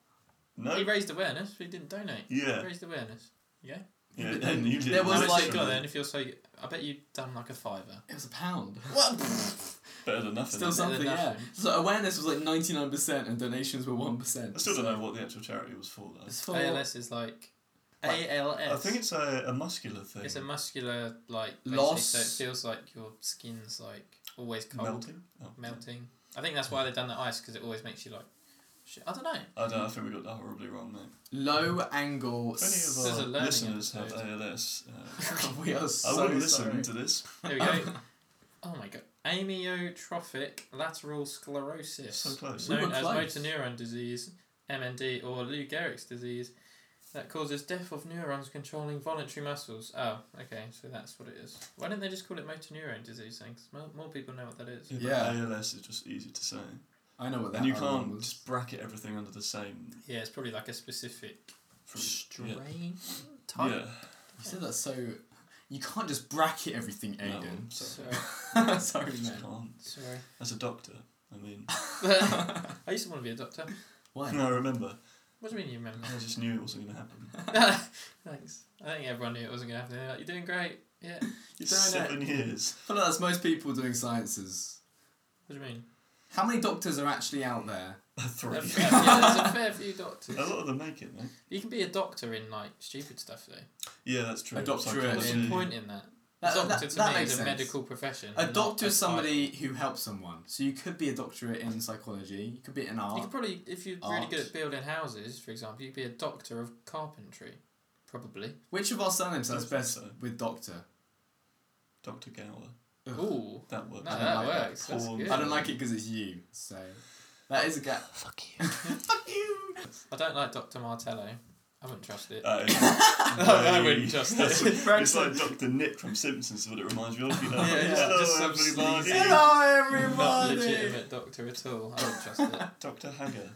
[SPEAKER 1] No.
[SPEAKER 2] He raised awareness, but he didn't donate. He
[SPEAKER 1] Yeah.
[SPEAKER 2] raised awareness.
[SPEAKER 1] Yeah.
[SPEAKER 3] But
[SPEAKER 1] And you did.
[SPEAKER 3] there
[SPEAKER 2] It
[SPEAKER 3] was
[SPEAKER 2] was
[SPEAKER 1] Nice
[SPEAKER 2] like,
[SPEAKER 1] from
[SPEAKER 2] God,
[SPEAKER 1] you.
[SPEAKER 2] then if you're so, I bet you've done like a fiver.
[SPEAKER 3] It was a pound.
[SPEAKER 1] Better than nothing.
[SPEAKER 3] Still
[SPEAKER 2] some-
[SPEAKER 3] something, yeah.
[SPEAKER 2] nothing.
[SPEAKER 3] So awareness was like ninety nine percent and donations were one
[SPEAKER 1] I
[SPEAKER 3] percent.
[SPEAKER 1] still don't know what the actual charity was for though.
[SPEAKER 3] It's for
[SPEAKER 2] ALS is like
[SPEAKER 3] Like,
[SPEAKER 2] ALS.
[SPEAKER 1] I think it's a, a muscular thing.
[SPEAKER 2] it's a muscular like basically,
[SPEAKER 3] Loss.
[SPEAKER 2] so it feels like your skin's like always cold, melting.
[SPEAKER 1] melting. Oh,
[SPEAKER 2] I think that's why they've done the ice because it always makes you like, shit. I don't know.
[SPEAKER 1] I don't. know, I think we got that horribly wrong, mate.
[SPEAKER 3] low angle.
[SPEAKER 1] If
[SPEAKER 3] s-
[SPEAKER 2] This
[SPEAKER 1] any
[SPEAKER 2] is a
[SPEAKER 1] of our
[SPEAKER 2] learning
[SPEAKER 1] listeners have
[SPEAKER 2] episode.
[SPEAKER 1] ALS, uh,
[SPEAKER 3] we are
[SPEAKER 1] I
[SPEAKER 3] so
[SPEAKER 1] wouldn't listen
[SPEAKER 3] sorry.
[SPEAKER 1] to this.
[SPEAKER 2] There we go. oh my god. Amyotrophic lateral sclerosis,
[SPEAKER 1] So close.
[SPEAKER 3] We were
[SPEAKER 2] known as
[SPEAKER 3] close.
[SPEAKER 2] motor neuron disease (MND) or Lou Gehrig's disease, that causes death of neurons controlling voluntary muscles. Oh, okay, so that's what it is. Why didn't they just call it motor neuron disease? Then, 'Cause more, more people know what that is.
[SPEAKER 1] Yeah, but
[SPEAKER 3] Yeah.
[SPEAKER 1] ALS is just easy to say,
[SPEAKER 3] I know what that
[SPEAKER 1] and you
[SPEAKER 3] other
[SPEAKER 1] can't
[SPEAKER 3] one was.
[SPEAKER 1] just bracket everything under the same.
[SPEAKER 2] Yeah, it's probably like a specific
[SPEAKER 1] From,
[SPEAKER 2] strain
[SPEAKER 1] Yeah.
[SPEAKER 2] type.
[SPEAKER 1] yeah.
[SPEAKER 3] You said that so you can't just bracket everything,
[SPEAKER 1] No,
[SPEAKER 3] Aiden.
[SPEAKER 1] sorry.
[SPEAKER 2] Sorry.
[SPEAKER 3] sorry,
[SPEAKER 1] Just
[SPEAKER 3] man.
[SPEAKER 1] can't.
[SPEAKER 2] Sorry.
[SPEAKER 1] As a doctor, I mean,
[SPEAKER 2] I used to want to be a doctor.
[SPEAKER 3] Why?
[SPEAKER 1] I remember.
[SPEAKER 2] What do you mean you remember?
[SPEAKER 1] I just knew it wasn't going to happen.
[SPEAKER 2] Thanks. I think everyone knew it wasn't going to happen. They're like, you're doing great. Yeah. What
[SPEAKER 3] You're doing
[SPEAKER 1] Seven
[SPEAKER 3] it.
[SPEAKER 1] years.
[SPEAKER 3] I feel like that's most people doing sciences.
[SPEAKER 2] do you mean?
[SPEAKER 3] How many doctors are actually out there?
[SPEAKER 1] Three.
[SPEAKER 2] There- yeah, there's a fair few doctors.
[SPEAKER 1] a lot of them make it, mate.
[SPEAKER 2] You can be a doctor in like stupid stuff though.
[SPEAKER 1] Yeah, that's true.
[SPEAKER 3] A doctorate
[SPEAKER 2] What's
[SPEAKER 1] Psychology.
[SPEAKER 2] the
[SPEAKER 3] in-
[SPEAKER 2] point in that?
[SPEAKER 3] That-
[SPEAKER 2] doctor
[SPEAKER 3] that-
[SPEAKER 2] to
[SPEAKER 3] that
[SPEAKER 2] me
[SPEAKER 3] makes
[SPEAKER 2] is a
[SPEAKER 3] sense.
[SPEAKER 2] medical profession.
[SPEAKER 3] A
[SPEAKER 2] not
[SPEAKER 3] doctor is
[SPEAKER 2] title.
[SPEAKER 3] somebody who helps someone. So you could be a doctorate in psychology, you could be an
[SPEAKER 2] You
[SPEAKER 3] art.
[SPEAKER 2] could probably, if you're really
[SPEAKER 3] Art.
[SPEAKER 2] good at building houses, for example, you'd be a doctor of carpentry, probably.
[SPEAKER 3] Which of our surnames sounds
[SPEAKER 1] Don't
[SPEAKER 3] best
[SPEAKER 1] think so.
[SPEAKER 3] with doctor?
[SPEAKER 1] Dr. Gower.
[SPEAKER 3] Ugh.
[SPEAKER 2] Ooh.
[SPEAKER 1] That works.
[SPEAKER 2] No,
[SPEAKER 3] I don't
[SPEAKER 2] that
[SPEAKER 3] like that.
[SPEAKER 2] works. That's
[SPEAKER 1] Porn.
[SPEAKER 2] good.
[SPEAKER 3] I don't like it because it's you. So that is a gap.
[SPEAKER 1] Fuck you.
[SPEAKER 3] Fuck you.
[SPEAKER 2] I don't like Dr. Martello. I wouldn't trust it.
[SPEAKER 1] Uh,
[SPEAKER 2] I wouldn't trust
[SPEAKER 1] That's-
[SPEAKER 2] it.
[SPEAKER 1] It's like Dr. Nick from Simpsons, is what it reminds me of. You know?
[SPEAKER 2] Yeah, yeah,
[SPEAKER 1] Hello,
[SPEAKER 2] just some
[SPEAKER 1] everybody.
[SPEAKER 2] sleazy-
[SPEAKER 3] Hello
[SPEAKER 2] Not
[SPEAKER 3] everybody.
[SPEAKER 2] legitimate doctor at all. I wouldn't trust it.
[SPEAKER 1] Dr. Hagger.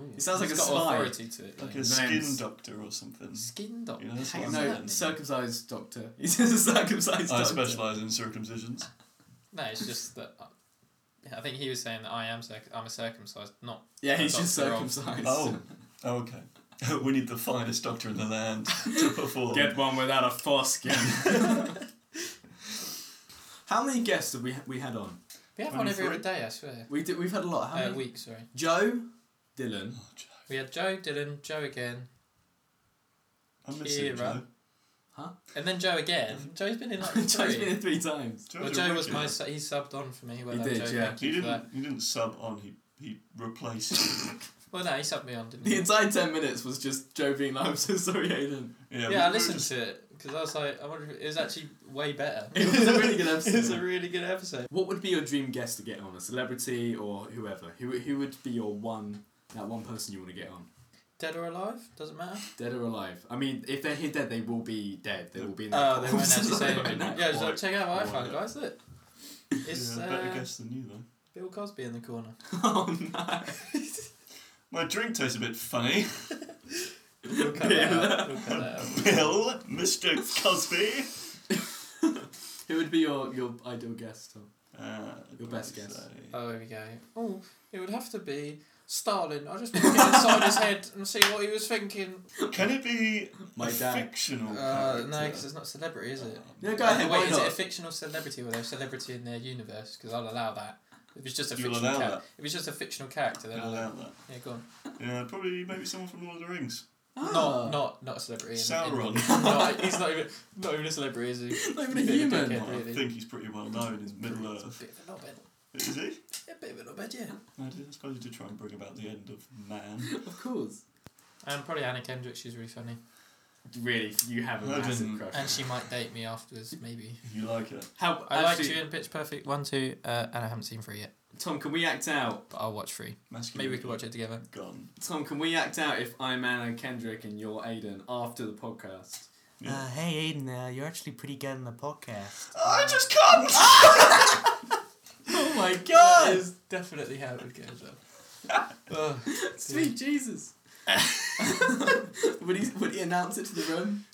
[SPEAKER 2] Ooh,
[SPEAKER 3] It sounds like
[SPEAKER 2] it's
[SPEAKER 3] a
[SPEAKER 2] got
[SPEAKER 3] spy.
[SPEAKER 2] authority to it.
[SPEAKER 1] Like
[SPEAKER 2] though.
[SPEAKER 1] a
[SPEAKER 3] His
[SPEAKER 1] skin
[SPEAKER 3] name's-
[SPEAKER 1] doctor or something.
[SPEAKER 2] Skin doctor.
[SPEAKER 1] You know, that's what
[SPEAKER 3] Hang-
[SPEAKER 1] I'm
[SPEAKER 3] No,
[SPEAKER 1] saying.
[SPEAKER 3] circumcised doctor. He's a circumcised
[SPEAKER 1] I
[SPEAKER 3] doctor.
[SPEAKER 1] specialise in circumcisions.
[SPEAKER 2] No, it's just that. I- I think he was saying that I am circ- I'm a circumcised, not
[SPEAKER 3] Yeah, he's just
[SPEAKER 2] Doctor of-
[SPEAKER 3] circumcised.
[SPEAKER 1] Oh. Oh, okay. we need the finest doctor in the land to perform.
[SPEAKER 3] one without a foreskin. How many guests have we we had on?
[SPEAKER 2] We have one every other
[SPEAKER 1] 23.
[SPEAKER 2] day, I swear.
[SPEAKER 3] We did, we've had a lot. How
[SPEAKER 2] Uh,
[SPEAKER 3] many?
[SPEAKER 2] week, sorry.
[SPEAKER 3] Joe, Dylan,
[SPEAKER 1] Oh, Joe.
[SPEAKER 2] We had Joe, Dylan, Joe again.
[SPEAKER 1] I'm missing
[SPEAKER 2] Kira.
[SPEAKER 1] Joe.
[SPEAKER 2] And then Joe again. Joe's been in like
[SPEAKER 3] Mm-hmm. Joe's
[SPEAKER 2] three.
[SPEAKER 3] been in three times.
[SPEAKER 1] Joe's
[SPEAKER 2] well,
[SPEAKER 1] a
[SPEAKER 2] Joe was my
[SPEAKER 1] regular.
[SPEAKER 2] su- he subbed on for me. Well,
[SPEAKER 3] He
[SPEAKER 2] done,
[SPEAKER 3] did,
[SPEAKER 2] Joe,
[SPEAKER 3] yeah.
[SPEAKER 2] Thank
[SPEAKER 1] He
[SPEAKER 2] you for that.
[SPEAKER 1] didn't. He didn't sub on. He he replaced. you.
[SPEAKER 2] Well, no, he subbed me on, didn't
[SPEAKER 3] The
[SPEAKER 2] he?
[SPEAKER 3] entire ten minutes was just Joe being like, "I'm so sorry, Aiden."
[SPEAKER 2] Yeah,
[SPEAKER 1] we
[SPEAKER 2] I
[SPEAKER 1] were
[SPEAKER 2] listened
[SPEAKER 1] just-
[SPEAKER 2] to it because I was like, I wonder if it was actually way better.
[SPEAKER 3] It was a really good
[SPEAKER 2] It was a
[SPEAKER 3] episode.
[SPEAKER 2] really good episode.
[SPEAKER 3] What would be your dream guest to get on? A celebrity or whoever? Who who would be your one? That one person you want to get on,
[SPEAKER 2] Dead or alive? Doesn't matter.
[SPEAKER 3] dead or alive. I mean, if they're here dead, they will be dead. They will be. in their
[SPEAKER 2] Oh, they weren't
[SPEAKER 3] corpse.
[SPEAKER 2] actually
[SPEAKER 3] They
[SPEAKER 2] saying
[SPEAKER 3] won't
[SPEAKER 2] anything.
[SPEAKER 3] know.
[SPEAKER 2] Yeah, just like, check out my
[SPEAKER 3] Or-
[SPEAKER 2] iPhone, guys. Look, it's
[SPEAKER 1] yeah, better
[SPEAKER 2] uh,
[SPEAKER 1] guess than you though.
[SPEAKER 2] Bill Cosby in the corner.
[SPEAKER 3] Oh no.
[SPEAKER 1] My drink tastes a bit funny.
[SPEAKER 2] We'll cut that out. We'll cut that out.
[SPEAKER 1] Bill, Mr. Cosby.
[SPEAKER 3] Who would be your, your ideal guest? Tom?
[SPEAKER 1] Uh,
[SPEAKER 3] Your best guess.
[SPEAKER 1] say-
[SPEAKER 2] Oh, here we go. Oh, it would have to be Stalin. I just want to get inside his head and see what he was thinking.
[SPEAKER 1] Can it be
[SPEAKER 3] My
[SPEAKER 1] a
[SPEAKER 3] dad.
[SPEAKER 1] fictional
[SPEAKER 2] Uh,
[SPEAKER 1] character?
[SPEAKER 2] no, because it's not celebrity, is it?
[SPEAKER 3] No, go ahead.
[SPEAKER 2] Oh,
[SPEAKER 3] why
[SPEAKER 2] wait, is
[SPEAKER 3] not?
[SPEAKER 2] it a fictional celebrity or they're a celebrity in their universe? Because I'll allow that. If it's just a
[SPEAKER 1] You'll
[SPEAKER 2] fictional
[SPEAKER 1] allow
[SPEAKER 2] character,
[SPEAKER 1] that.
[SPEAKER 2] if it's just a fictional character, then
[SPEAKER 1] I'll allow
[SPEAKER 2] I'll
[SPEAKER 1] that.
[SPEAKER 2] yeah, go on.
[SPEAKER 1] Yeah, probably maybe someone from Lord of the Rings.
[SPEAKER 3] Ah,
[SPEAKER 2] Not, not, not a celebrity. in- in-
[SPEAKER 1] Ah. Sauron.
[SPEAKER 2] not, he's not even, not even a celebrity, is he?
[SPEAKER 3] Not even a
[SPEAKER 2] Bit of
[SPEAKER 3] human.
[SPEAKER 2] dickhead,
[SPEAKER 1] Oh, I
[SPEAKER 2] really.
[SPEAKER 1] think he's pretty well known in Middle
[SPEAKER 2] It's
[SPEAKER 1] Earth.
[SPEAKER 2] a bit of a knobhead.
[SPEAKER 1] Is he?
[SPEAKER 2] A bit of a knobhead, yeah.
[SPEAKER 1] No, I did- I suppose you did try and bring about the end of man.
[SPEAKER 3] Of course.
[SPEAKER 2] And Um, probably Anna Kendrick. She's really funny,
[SPEAKER 3] Really, you have a
[SPEAKER 1] No, it
[SPEAKER 3] massive
[SPEAKER 1] doesn't.
[SPEAKER 3] crush.
[SPEAKER 2] and she might date me afterwards, maybe.
[SPEAKER 1] You like it?
[SPEAKER 3] How
[SPEAKER 2] I liked
[SPEAKER 3] actually-
[SPEAKER 2] you in Pitch Perfect one, two, uh, and I haven't seen three yet,
[SPEAKER 3] Tom, can we act out?
[SPEAKER 2] but I'll watch three.
[SPEAKER 1] Masculine
[SPEAKER 2] Maybe we could watch it together.
[SPEAKER 1] Gone.
[SPEAKER 3] Tom, can we act out if I'm Anna Kendrick and you're Aiden after the podcast?
[SPEAKER 1] Yeah. Ah,
[SPEAKER 4] hey Aiden, uh, you're actually pretty good in the
[SPEAKER 2] Ah.
[SPEAKER 4] podcast.
[SPEAKER 1] I just can't.
[SPEAKER 3] Oh my
[SPEAKER 2] That is definitely how it would go as well. Ugh.
[SPEAKER 3] Sweet Jesus! would he would he announce it to the room?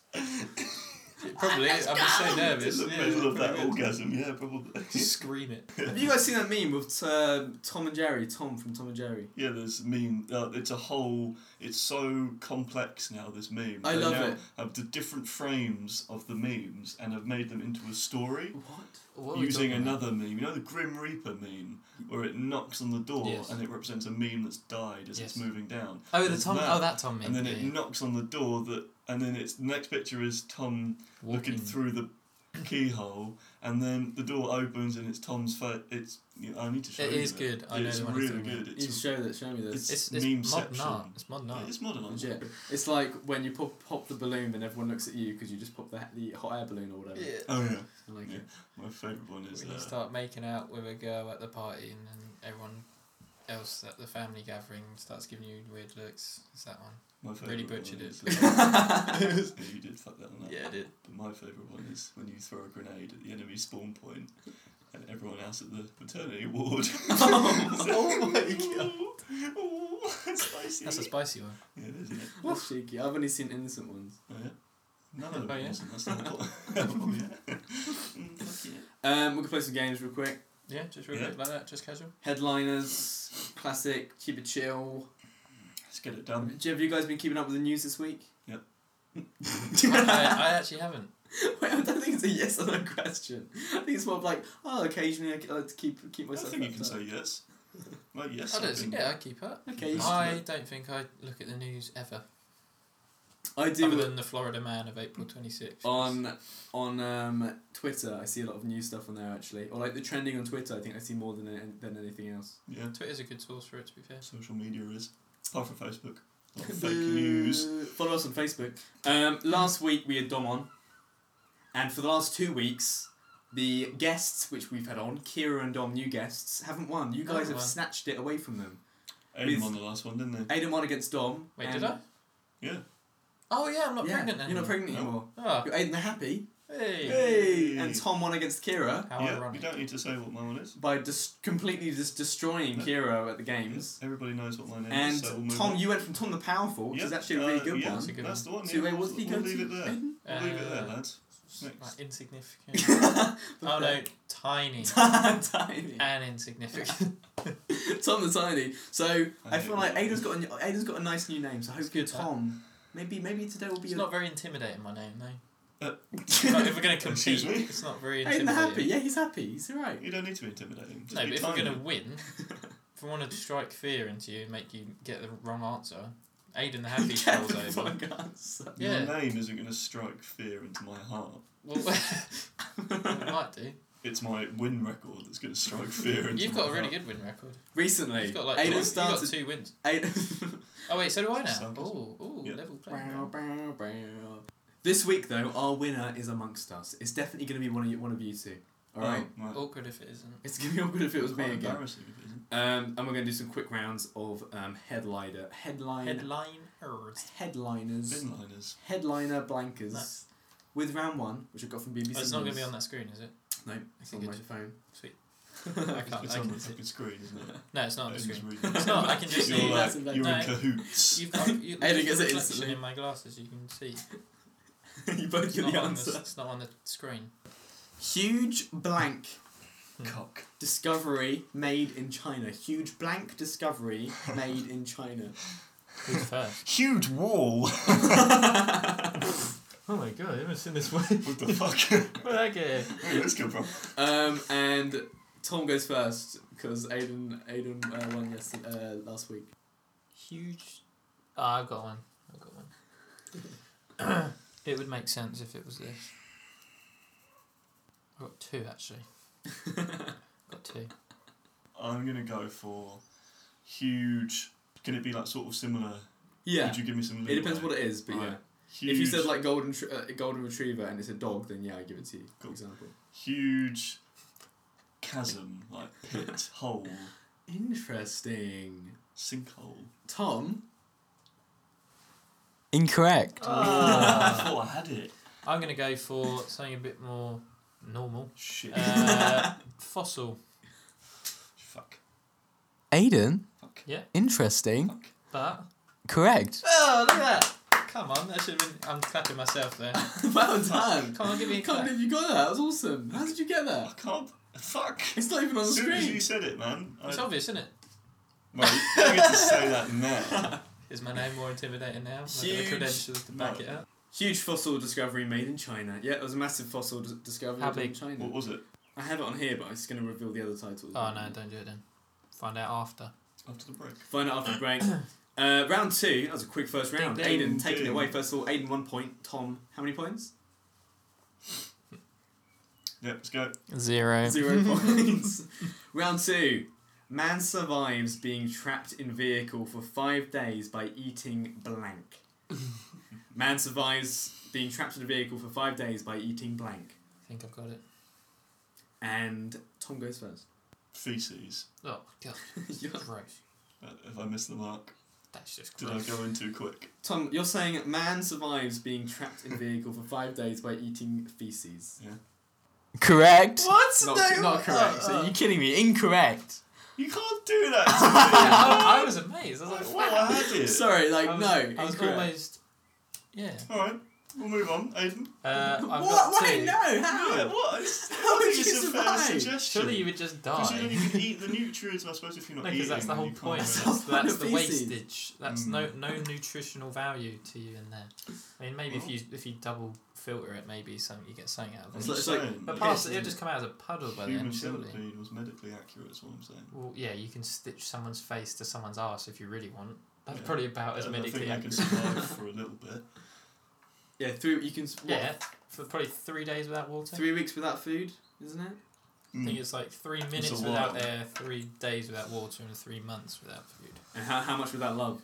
[SPEAKER 2] probably. I'm just so nervous.
[SPEAKER 1] In the
[SPEAKER 2] yeah,
[SPEAKER 1] middle of that
[SPEAKER 2] probably would.
[SPEAKER 1] orgasm, yeah, probably.
[SPEAKER 2] Just Scream it.
[SPEAKER 3] Have you guys seen that meme with uh, Tom and Jerry? Tom from Tom and Jerry.
[SPEAKER 1] Yeah, there's meme. Uh, it's a whole. It's so complex now. This meme.
[SPEAKER 3] I love
[SPEAKER 1] now
[SPEAKER 3] it.
[SPEAKER 1] Have the different frames of the memes and have made them into a story
[SPEAKER 3] What?
[SPEAKER 2] What are we
[SPEAKER 1] using
[SPEAKER 2] talking about?
[SPEAKER 1] another meme. You know the Grim Reaper meme, where it knocks on the door
[SPEAKER 2] Yes.
[SPEAKER 1] and it represents a meme that's died as it's
[SPEAKER 2] Yes.
[SPEAKER 1] moving down.
[SPEAKER 2] Oh, the
[SPEAKER 1] There's
[SPEAKER 2] Tom.
[SPEAKER 1] that,
[SPEAKER 2] Oh, that Tom.
[SPEAKER 1] And then
[SPEAKER 2] meme,
[SPEAKER 1] it
[SPEAKER 2] yeah.
[SPEAKER 1] knocks on the door that, and then it's the next picture is Tom
[SPEAKER 2] Walking.
[SPEAKER 1] looking through the keyhole, and then the door opens and it's Tom's face. It's you know, I need to show
[SPEAKER 2] It
[SPEAKER 1] you
[SPEAKER 2] is
[SPEAKER 1] it.
[SPEAKER 2] good. I know
[SPEAKER 1] it's
[SPEAKER 2] the one you're
[SPEAKER 1] really
[SPEAKER 2] talking about.
[SPEAKER 1] good.
[SPEAKER 3] You
[SPEAKER 1] It's,
[SPEAKER 3] show that. Show me this.
[SPEAKER 1] it's,
[SPEAKER 2] It's
[SPEAKER 1] meme
[SPEAKER 2] it's modern art.
[SPEAKER 1] section.
[SPEAKER 2] It's modern
[SPEAKER 1] Yeah,
[SPEAKER 2] art.
[SPEAKER 1] It's modern. art.
[SPEAKER 3] Legit. It's like when you pop pop the balloon and everyone looks at you because you just pop the, the hot air balloon or whatever.
[SPEAKER 2] Yeah.
[SPEAKER 1] Oh yeah,
[SPEAKER 3] I like
[SPEAKER 1] Yeah.
[SPEAKER 3] it.
[SPEAKER 1] my favourite one is
[SPEAKER 2] When you
[SPEAKER 1] uh,
[SPEAKER 2] start making out with a girl at the party and then everyone else at the family gathering starts giving you weird looks. It's that one.
[SPEAKER 1] my favourite
[SPEAKER 2] really
[SPEAKER 1] one
[SPEAKER 2] butchered
[SPEAKER 1] is,
[SPEAKER 2] it.
[SPEAKER 1] uh, you did fuck that one up.
[SPEAKER 2] Yeah, I did.
[SPEAKER 1] But my favourite one is when you throw a grenade at the enemy spawn point, and everyone else at the maternity ward. oh my god! Oh, spicy.
[SPEAKER 2] That's a spicy one.
[SPEAKER 1] yeah, it is, isn't it?
[SPEAKER 3] That's cheeky. I've only seen innocent ones.
[SPEAKER 1] Oh, yeah. None of them.
[SPEAKER 2] Oh, yeah?
[SPEAKER 1] wasn't, That's not what. oh, yeah. Mm, fuck yeah.
[SPEAKER 3] Um, we can play some games real quick.
[SPEAKER 2] Yeah, just real
[SPEAKER 1] Yeah.
[SPEAKER 2] quick like that, just casual.
[SPEAKER 3] Headliners, classic, keep it chill.
[SPEAKER 1] Let's get it done.
[SPEAKER 3] Have you guys been keeping up with the news this week?
[SPEAKER 1] Yep.
[SPEAKER 2] I, I actually haven't.
[SPEAKER 3] Wait, I don't think it's a yes or no question. I think it's more of like, oh, occasionally I c- I like to keep keep
[SPEAKER 1] I
[SPEAKER 3] myself.
[SPEAKER 1] think you
[SPEAKER 3] up
[SPEAKER 1] can
[SPEAKER 3] to-
[SPEAKER 1] say yes. Like yes.
[SPEAKER 3] Oh,
[SPEAKER 2] I don't
[SPEAKER 1] I've been-
[SPEAKER 2] think, yeah, I keep up.
[SPEAKER 3] Okay.
[SPEAKER 2] I don't think I look at the news ever.
[SPEAKER 3] I
[SPEAKER 2] Other
[SPEAKER 3] do
[SPEAKER 2] than the Florida man of April 26th.
[SPEAKER 3] on on um, Twitter. I see a lot of news stuff on there actually, or like the trending on Twitter. I think I see more than an- than anything else.
[SPEAKER 1] Yeah.
[SPEAKER 2] Twitter's a good source for it, to be fair.
[SPEAKER 1] Social media is apart from Facebook. A lot of fake news.
[SPEAKER 3] Follow us on Facebook. Um, last week we had Dom on, and for the last two weeks, the guests which we've had on, Kira and Dom, new guests, haven't won. You guys
[SPEAKER 2] Haven't
[SPEAKER 3] have
[SPEAKER 2] won.
[SPEAKER 3] snatched it away from them.
[SPEAKER 1] Aiden won the last one, didn't
[SPEAKER 3] Aiden won against Dom.
[SPEAKER 2] Wait,
[SPEAKER 3] and-
[SPEAKER 2] did I?
[SPEAKER 1] Yeah.
[SPEAKER 2] Oh, yeah, I'm not
[SPEAKER 3] yeah,
[SPEAKER 2] pregnant
[SPEAKER 3] You're
[SPEAKER 2] anymore.
[SPEAKER 3] not pregnant anymore.
[SPEAKER 2] Oh,
[SPEAKER 3] You're Aiden the Happy.
[SPEAKER 2] hey.
[SPEAKER 1] Hey.
[SPEAKER 3] And Tom won against Kira
[SPEAKER 1] they? yeah.
[SPEAKER 2] How
[SPEAKER 1] You
[SPEAKER 2] ironic.
[SPEAKER 1] don't need to say what my one is.
[SPEAKER 3] by just completely just destroying
[SPEAKER 1] No.
[SPEAKER 3] Kira at the games.
[SPEAKER 1] Everybody knows what mine is.
[SPEAKER 3] And
[SPEAKER 1] so we'll move
[SPEAKER 3] Tom,
[SPEAKER 1] on.
[SPEAKER 3] you went from Tom the Powerful, which
[SPEAKER 1] Yeah,
[SPEAKER 3] is actually a really
[SPEAKER 1] uh,
[SPEAKER 3] good
[SPEAKER 1] yeah,
[SPEAKER 2] That's
[SPEAKER 3] one.
[SPEAKER 2] a good
[SPEAKER 1] That's the one.
[SPEAKER 3] So
[SPEAKER 1] yeah,
[SPEAKER 3] wait, what
[SPEAKER 1] we'll,
[SPEAKER 3] did he
[SPEAKER 1] we'll
[SPEAKER 3] go
[SPEAKER 1] leave
[SPEAKER 3] to?
[SPEAKER 1] it there. We'll leave it there,
[SPEAKER 2] Uh,
[SPEAKER 1] lads.
[SPEAKER 2] Like
[SPEAKER 1] Next.
[SPEAKER 2] insignificant. oh no, tiny
[SPEAKER 3] tiny.
[SPEAKER 2] and insignificant.
[SPEAKER 3] Tom the Tiny. So I
[SPEAKER 1] I
[SPEAKER 3] feel
[SPEAKER 1] hate
[SPEAKER 3] like
[SPEAKER 1] that.
[SPEAKER 3] Ada's got a, new- Ada's got a nice new name. So hopefully
[SPEAKER 2] good, that.
[SPEAKER 3] Tom, maybe maybe today will be
[SPEAKER 2] It's
[SPEAKER 3] a
[SPEAKER 2] not very intimidating, my name though. Like, if
[SPEAKER 3] Aiden
[SPEAKER 2] we're going to
[SPEAKER 1] Excuse
[SPEAKER 2] compete,
[SPEAKER 1] me?
[SPEAKER 2] it's not very
[SPEAKER 3] the
[SPEAKER 2] intimidating.
[SPEAKER 3] Happy. Yeah, he's happy. He's alright.
[SPEAKER 1] You don't need to be intimidating. Just
[SPEAKER 2] No,
[SPEAKER 1] be
[SPEAKER 2] but if we're
[SPEAKER 1] tiny.
[SPEAKER 2] going to win, if we want to strike fear into you and make you get the wrong answer, Aiden the Happy Trolls over. Yeah.
[SPEAKER 1] Your name isn't going to strike fear into my heart.
[SPEAKER 2] Well, it might do.
[SPEAKER 1] It's my win record that's going to strike fear into
[SPEAKER 2] You've
[SPEAKER 1] my
[SPEAKER 2] got a really
[SPEAKER 1] heart.
[SPEAKER 2] good win record.
[SPEAKER 3] Recently,
[SPEAKER 2] You've got like two,
[SPEAKER 3] Aiden
[SPEAKER 2] you've got
[SPEAKER 3] started.
[SPEAKER 2] two wins.
[SPEAKER 3] Aiden.
[SPEAKER 2] Oh wait, so do I now.
[SPEAKER 1] Sounds-
[SPEAKER 2] Oh, oh,
[SPEAKER 1] Yeah.
[SPEAKER 2] level play.
[SPEAKER 3] Bow, bow, bow. This week, though, our winner is amongst us. It's definitely going to be one of you, one of you two. All right.
[SPEAKER 1] Oh, right.
[SPEAKER 2] Awkward if it isn't.
[SPEAKER 3] It's going to be awkward if it was
[SPEAKER 1] Quite
[SPEAKER 3] me again.
[SPEAKER 1] embarrassing if it isn't.
[SPEAKER 3] Um, and we're going to do some quick rounds of um, headliner, headline,
[SPEAKER 2] Headliners.
[SPEAKER 3] headliners,
[SPEAKER 1] Bin liners.
[SPEAKER 3] headliner blankers.
[SPEAKER 2] Nice.
[SPEAKER 3] With round one, which I got from BBC.
[SPEAKER 2] Oh, it's not going
[SPEAKER 3] News.
[SPEAKER 2] to be on that screen, is it?
[SPEAKER 3] No,
[SPEAKER 2] I
[SPEAKER 3] it's on
[SPEAKER 2] think
[SPEAKER 3] my
[SPEAKER 2] it's
[SPEAKER 3] phone.
[SPEAKER 2] sweet. I can't.
[SPEAKER 1] It's
[SPEAKER 2] I
[SPEAKER 1] on
[SPEAKER 2] can
[SPEAKER 1] the
[SPEAKER 2] see. it.
[SPEAKER 1] fucking screen, isn't it?
[SPEAKER 2] No, it's not on the
[SPEAKER 1] Aiden's
[SPEAKER 2] screen.
[SPEAKER 1] reading.
[SPEAKER 2] It's not. I can just
[SPEAKER 3] You're
[SPEAKER 2] see.
[SPEAKER 1] You're like,
[SPEAKER 3] that's in that-
[SPEAKER 1] you're
[SPEAKER 2] no.
[SPEAKER 1] in cahoots.
[SPEAKER 2] You've got you,
[SPEAKER 3] Aidan
[SPEAKER 2] there's
[SPEAKER 3] gets
[SPEAKER 2] a
[SPEAKER 3] it
[SPEAKER 2] reflection
[SPEAKER 3] instantly.
[SPEAKER 2] in my glasses. You can see.
[SPEAKER 3] you both
[SPEAKER 2] It's
[SPEAKER 3] get
[SPEAKER 2] not,
[SPEAKER 3] the
[SPEAKER 2] on
[SPEAKER 3] answer.
[SPEAKER 2] The, it's not on the screen.
[SPEAKER 3] Huge blank
[SPEAKER 1] Cock.
[SPEAKER 3] discovery made in China. Huge blank discovery made in China.
[SPEAKER 2] Who's first?
[SPEAKER 1] Huge wall.
[SPEAKER 2] Oh my god! I haven't seen this one.
[SPEAKER 1] what the fuck?
[SPEAKER 2] Where'd I get it?
[SPEAKER 1] Where did this come from?
[SPEAKER 3] Um, and Tom goes first because Aiden Aiden uh, won yesterday, uh, last week.
[SPEAKER 2] Huge. Ah, I've got one. I've got one. it would make sense if it was this. I've got two actually. I've got two.
[SPEAKER 1] I'm gonna go for huge. Can it be like sort of similar?
[SPEAKER 3] Yeah,
[SPEAKER 1] Would you give me some?
[SPEAKER 3] it depends
[SPEAKER 1] leeway?
[SPEAKER 3] what it is, but yeah.
[SPEAKER 1] Alright. Huge,
[SPEAKER 3] If you said like golden tr- uh, golden retriever and it's a dog, then yeah, I give it to you. For
[SPEAKER 1] Cool.
[SPEAKER 3] example.
[SPEAKER 1] huge chasm, like pit, hole,
[SPEAKER 3] Interesting.
[SPEAKER 1] sinkhole.
[SPEAKER 3] Tom.
[SPEAKER 4] Incorrect.
[SPEAKER 1] I
[SPEAKER 2] Ah.
[SPEAKER 1] thought Oh, I had it.
[SPEAKER 2] I'm gonna go for something a bit more normal.
[SPEAKER 1] Shit.
[SPEAKER 2] Uh, fossil,
[SPEAKER 1] fuck.
[SPEAKER 4] Aiden,
[SPEAKER 1] Fuck.
[SPEAKER 4] interesting.
[SPEAKER 1] Fuck.
[SPEAKER 2] but
[SPEAKER 4] Correct.
[SPEAKER 2] oh look at that! Come on, that should have been. I'm clapping myself there.
[SPEAKER 3] well done.
[SPEAKER 2] Come on, give me a
[SPEAKER 3] I can't
[SPEAKER 2] clap.
[SPEAKER 3] believe you got that. That was awesome. How did you get
[SPEAKER 1] I
[SPEAKER 3] that?
[SPEAKER 1] can't. Fuck.
[SPEAKER 3] It's not even on the
[SPEAKER 1] As soon as you
[SPEAKER 3] screen.
[SPEAKER 1] said it, man. I,
[SPEAKER 2] It's obvious, isn't it?
[SPEAKER 1] Mate, you need to say that now.
[SPEAKER 2] Is my name more intimidating now? I've got
[SPEAKER 3] Huge.
[SPEAKER 2] the credentials to back
[SPEAKER 1] No.
[SPEAKER 2] it up.
[SPEAKER 3] Huge fossil discovery made in China. Yeah, it was a massive fossil dis- discovery
[SPEAKER 2] How
[SPEAKER 3] made in
[SPEAKER 2] big?
[SPEAKER 3] China.
[SPEAKER 1] What was it?
[SPEAKER 3] I have it on here, but I'm just going to reveal the other titles.
[SPEAKER 2] Oh no, don't do it then. Find out after.
[SPEAKER 1] After the break.
[SPEAKER 3] Find out after the break. Uh, round two, that was a quick first round.
[SPEAKER 1] Ding, ding,
[SPEAKER 3] Aiden taking it
[SPEAKER 1] ding.
[SPEAKER 3] away first of all. Aiden one point. Tom, how many points?
[SPEAKER 1] Yeah, let's go.
[SPEAKER 2] Zero.
[SPEAKER 3] Zero points. Round two. Man survives being trapped in vehicle for five days by eating blank. Man survives being trapped in a vehicle for five days by eating blank.
[SPEAKER 2] I think I've got it.
[SPEAKER 3] And Tom goes first.
[SPEAKER 1] Feces.
[SPEAKER 2] Oh god, gross.
[SPEAKER 1] Uh, If I missed the mark,
[SPEAKER 2] That's just
[SPEAKER 1] did I
[SPEAKER 2] gross.
[SPEAKER 1] go in too quick?
[SPEAKER 3] Tom, you're saying man survives being trapped in vehicle for five days by eating feces.
[SPEAKER 4] Correct.
[SPEAKER 2] What?
[SPEAKER 3] Not, not correct.
[SPEAKER 4] Are you kidding me? Incorrect.
[SPEAKER 1] You can't do that to me!
[SPEAKER 2] I, I was amazed. I
[SPEAKER 1] I
[SPEAKER 2] was like,
[SPEAKER 1] thought I had it.
[SPEAKER 3] Sorry, like
[SPEAKER 2] I was,
[SPEAKER 3] no.
[SPEAKER 2] I was
[SPEAKER 3] incorrect.
[SPEAKER 2] almost. Yeah.
[SPEAKER 1] Alright, we'll move on. Aiden.
[SPEAKER 2] Uh, I've
[SPEAKER 3] what?
[SPEAKER 2] got
[SPEAKER 3] Wait,
[SPEAKER 2] two.
[SPEAKER 3] no.
[SPEAKER 1] Yeah,
[SPEAKER 3] How?
[SPEAKER 1] what? It's,
[SPEAKER 3] How
[SPEAKER 1] I
[SPEAKER 3] did
[SPEAKER 1] think
[SPEAKER 3] you
[SPEAKER 1] it's a fair
[SPEAKER 3] survive?
[SPEAKER 1] suggestion.
[SPEAKER 2] Surely you would just
[SPEAKER 1] Because you don't
[SPEAKER 2] die.
[SPEAKER 1] even eat the nutrients, I suppose, if you're not
[SPEAKER 2] No,
[SPEAKER 1] eating. Mm.
[SPEAKER 2] because that's the
[SPEAKER 1] then
[SPEAKER 2] whole
[SPEAKER 1] you can't
[SPEAKER 2] point.
[SPEAKER 1] really-
[SPEAKER 2] That's, that's the
[SPEAKER 3] Feces.
[SPEAKER 2] wastage. That's no no nutritional value to you in there. I mean, maybe if
[SPEAKER 1] Well.
[SPEAKER 2] you if you double filter it, maybe some you get something out of it.
[SPEAKER 1] I'm
[SPEAKER 3] It's
[SPEAKER 1] just
[SPEAKER 3] like-
[SPEAKER 1] saying,
[SPEAKER 2] But
[SPEAKER 1] like,
[SPEAKER 2] past it'll just come out as a puddle by the
[SPEAKER 1] Human
[SPEAKER 2] end, surely.
[SPEAKER 1] centipede was medically accurate, is what I'm saying.
[SPEAKER 2] Well, yeah, you can stitch someone's face to someone's ass if you really want. That's
[SPEAKER 1] Yeah.
[SPEAKER 2] probably about as
[SPEAKER 1] And I think
[SPEAKER 2] medically
[SPEAKER 1] they can
[SPEAKER 2] accurate.
[SPEAKER 1] survive for a little bit.
[SPEAKER 3] Yeah, three. You can. s- What,
[SPEAKER 2] Yeah, for probably three days without water.
[SPEAKER 3] Three weeks without food, isn't it?
[SPEAKER 2] I think
[SPEAKER 1] Mm.
[SPEAKER 2] it's like three minutes
[SPEAKER 1] a
[SPEAKER 2] without
[SPEAKER 1] while.
[SPEAKER 2] air, three days without water, and three months without food.
[SPEAKER 3] And how, how much without love?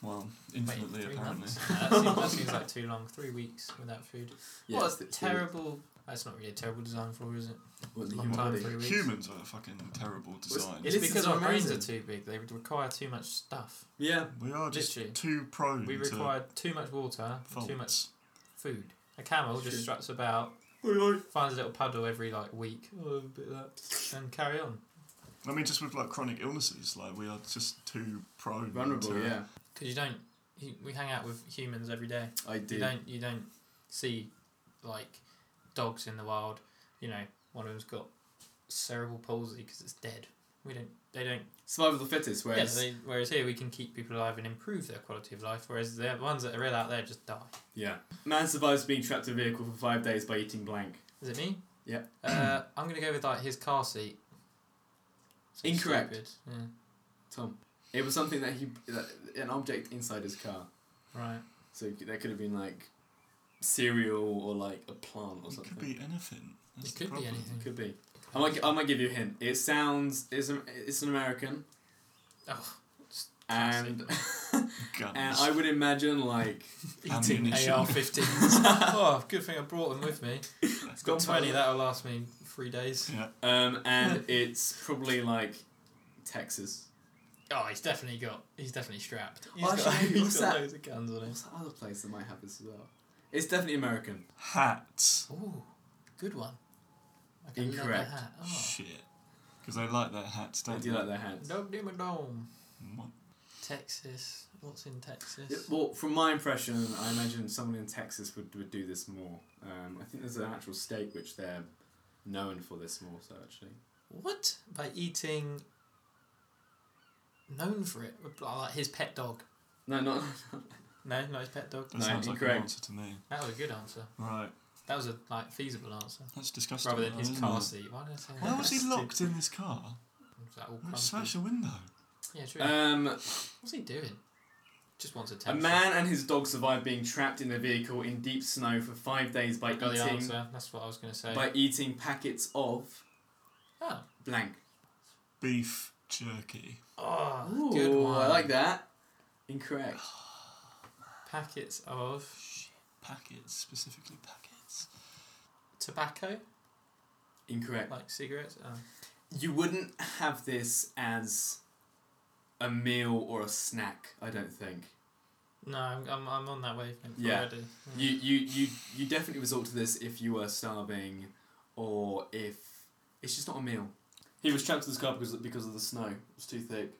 [SPEAKER 1] Well,
[SPEAKER 2] Wait,
[SPEAKER 1] infinitely,
[SPEAKER 2] three
[SPEAKER 1] apparently.
[SPEAKER 2] months? No, that, seems, that seems like too long. Three weeks without food.
[SPEAKER 3] Yeah,
[SPEAKER 2] what a
[SPEAKER 3] it's
[SPEAKER 2] terrible. That's not really a terrible design flaw, is it?
[SPEAKER 3] What,
[SPEAKER 2] Long time, three weeks.
[SPEAKER 1] Humans are a fucking terrible design.
[SPEAKER 3] It
[SPEAKER 2] It's
[SPEAKER 3] is-
[SPEAKER 2] because
[SPEAKER 3] it's
[SPEAKER 2] our brains are
[SPEAKER 3] amazing.
[SPEAKER 2] too big. They would require too much stuff.
[SPEAKER 3] Yeah.
[SPEAKER 1] we are just
[SPEAKER 2] Literally.
[SPEAKER 1] too
[SPEAKER 3] Hmm,
[SPEAKER 1] prone
[SPEAKER 2] We
[SPEAKER 1] to
[SPEAKER 2] require too much water, and
[SPEAKER 1] faults.
[SPEAKER 2] too much food. A camel
[SPEAKER 3] That's
[SPEAKER 2] just
[SPEAKER 3] true.
[SPEAKER 2] struts about, finds a little puddle every like week, oh, a bit of that, and carry on.
[SPEAKER 1] I mean, just with like chronic illnesses, like we are just too prone.
[SPEAKER 3] Vulnerable.
[SPEAKER 1] to,
[SPEAKER 3] Yeah.
[SPEAKER 2] Because you don't, you, we hang out with humans every day.
[SPEAKER 3] I do.
[SPEAKER 2] You don't, you don't see like dogs in the wild. You know, one of them's got cerebral palsy because it's dead. We don't, they don't
[SPEAKER 3] Survival of the fittest. Whereas
[SPEAKER 2] Yeah, they, whereas here we can keep people alive and improve their quality of life, whereas the ones that are ill out there just die.
[SPEAKER 3] yeah, man survives being trapped in a vehicle for five days by eating blank.
[SPEAKER 2] Is it me?
[SPEAKER 3] Yeah.
[SPEAKER 2] Uh, I'm gonna go with like his car seat. So
[SPEAKER 3] Incorrect.
[SPEAKER 2] stupid. Yeah.
[SPEAKER 3] Tom. It was something that he, that, an object inside his car.
[SPEAKER 2] Right.
[SPEAKER 3] So that could have been like cereal or like a plant or
[SPEAKER 1] It
[SPEAKER 3] something.
[SPEAKER 1] could be anything. That's
[SPEAKER 2] It
[SPEAKER 1] the
[SPEAKER 2] could be
[SPEAKER 1] problem.
[SPEAKER 2] anything.
[SPEAKER 3] Could be. I might, I might give you a hint. It sounds it's an, it's an American,
[SPEAKER 2] Oh, it's
[SPEAKER 3] and
[SPEAKER 1] Guns.
[SPEAKER 3] and I would imagine like
[SPEAKER 1] Ammunition.
[SPEAKER 2] AR-15s. oh, good thing I brought them with me.
[SPEAKER 1] It's
[SPEAKER 2] Got
[SPEAKER 3] got
[SPEAKER 2] twenty.
[SPEAKER 3] my-
[SPEAKER 2] That'll last me three days.
[SPEAKER 1] Yeah.
[SPEAKER 3] um and it's probably like Texas.
[SPEAKER 2] Oh, he's definitely got. He's definitely strapped. He's
[SPEAKER 3] Oh,
[SPEAKER 2] got,
[SPEAKER 3] actually,
[SPEAKER 2] he's
[SPEAKER 3] what's
[SPEAKER 2] got
[SPEAKER 3] that?
[SPEAKER 2] loads of guns on him.
[SPEAKER 3] What's that other place that might have this as well? It's definitely American.
[SPEAKER 1] Hats.
[SPEAKER 2] Ooh, good one. I can love that
[SPEAKER 3] Incorrect.
[SPEAKER 2] hat. Oh.
[SPEAKER 1] Shit. Because they like their hats,
[SPEAKER 3] I
[SPEAKER 1] don't
[SPEAKER 3] do like their hats.
[SPEAKER 2] Dome Dima Dome.
[SPEAKER 1] What?
[SPEAKER 2] Texas. What's in Texas?
[SPEAKER 3] Yeah, Well, from my impression, I imagine someone in Texas would, would do this more. Um, I think there's an actual state which they're known for this more so actually.
[SPEAKER 2] What? By eating. Known for it. Oh, like his pet dog.
[SPEAKER 3] No, not
[SPEAKER 2] No, not his pet dog.
[SPEAKER 1] That
[SPEAKER 3] No,
[SPEAKER 1] sounds like an
[SPEAKER 3] incorrect.
[SPEAKER 1] answer to me.
[SPEAKER 2] That was a good answer.
[SPEAKER 1] Right.
[SPEAKER 2] That was a like feasible answer.
[SPEAKER 1] That's disgusting.
[SPEAKER 2] Rather than his
[SPEAKER 1] isn't
[SPEAKER 2] car
[SPEAKER 1] it?
[SPEAKER 2] seat. Why did I say
[SPEAKER 1] Why was he
[SPEAKER 2] Stupid.
[SPEAKER 1] locked in this car?
[SPEAKER 2] Was that all
[SPEAKER 1] Why
[SPEAKER 2] crumpy?
[SPEAKER 1] Smash a Uh, window.
[SPEAKER 2] Yeah, true.
[SPEAKER 3] um,
[SPEAKER 2] What's he doing? Just wants
[SPEAKER 3] A
[SPEAKER 2] attention.
[SPEAKER 3] man and his dog survived being trapped in the vehicle in deep snow for five days by
[SPEAKER 2] I got the
[SPEAKER 3] eating
[SPEAKER 2] answer. That's what I was going to say.
[SPEAKER 3] by eating packets of
[SPEAKER 2] oh.
[SPEAKER 3] blank.
[SPEAKER 1] Beef jerky.
[SPEAKER 2] Oh,
[SPEAKER 3] Ooh,
[SPEAKER 2] good one.
[SPEAKER 3] I like that. Incorrect.
[SPEAKER 2] Packets of
[SPEAKER 1] Packets, specifically packets.
[SPEAKER 2] tobacco,
[SPEAKER 3] Incorrect.
[SPEAKER 2] like cigarettes. Oh.
[SPEAKER 3] You wouldn't have this as a meal or a snack, I don't think.
[SPEAKER 2] No, I'm, I'm, I'm on that wavelength
[SPEAKER 3] Yeah.
[SPEAKER 2] already. Yeah.
[SPEAKER 3] You you you you definitely resort to this if you were starving or if it's just not a meal. He was trapped in this car because because of the snow. It was too thick.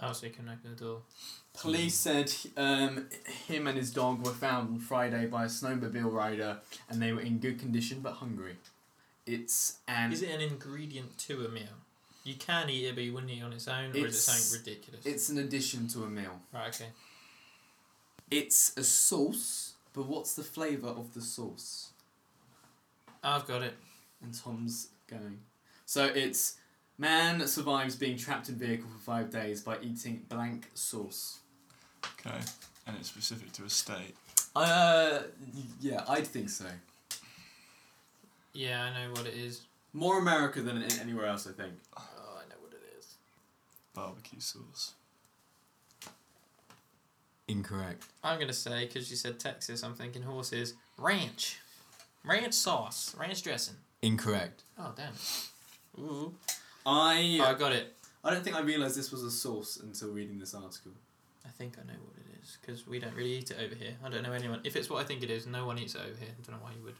[SPEAKER 2] Oh, so you can open the door.
[SPEAKER 3] Police said um, him and his dog were found on Friday by a snowmobile rider and they were in good condition but hungry. It's an.
[SPEAKER 2] Is it an ingredient to a meal? You can eat it, but you wouldn't eat it on its own, or is it
[SPEAKER 3] It's-
[SPEAKER 2] something ridiculous?
[SPEAKER 3] It's an addition to a meal.
[SPEAKER 2] right, okay.
[SPEAKER 3] It's a sauce, but what's the flavour of the sauce?
[SPEAKER 2] I've got it.
[SPEAKER 3] And Tom's going. So it's man survives being trapped in vehicle for five days by eating blank sauce.
[SPEAKER 1] Okay. And it's specific to a state.
[SPEAKER 3] Uh, yeah, I'd think so.
[SPEAKER 2] Yeah, I know what it is.
[SPEAKER 3] More America than in- anywhere else, I think.
[SPEAKER 2] Oh, I know what it is.
[SPEAKER 1] Barbecue sauce.
[SPEAKER 4] Incorrect.
[SPEAKER 2] I'm going to say, because you said Texas, I'm thinking horses. Ranch. Ranch sauce. Ranch dressing.
[SPEAKER 4] Incorrect.
[SPEAKER 2] Oh, damn. Ooh.
[SPEAKER 3] I
[SPEAKER 2] Oh, I got it.
[SPEAKER 3] I don't think I realised this was a source until reading this article.
[SPEAKER 2] I think I know what it is because we don't really eat it over here. I don't know anyone. If it's what I think it is, no one eats it over here. I don't know why you would.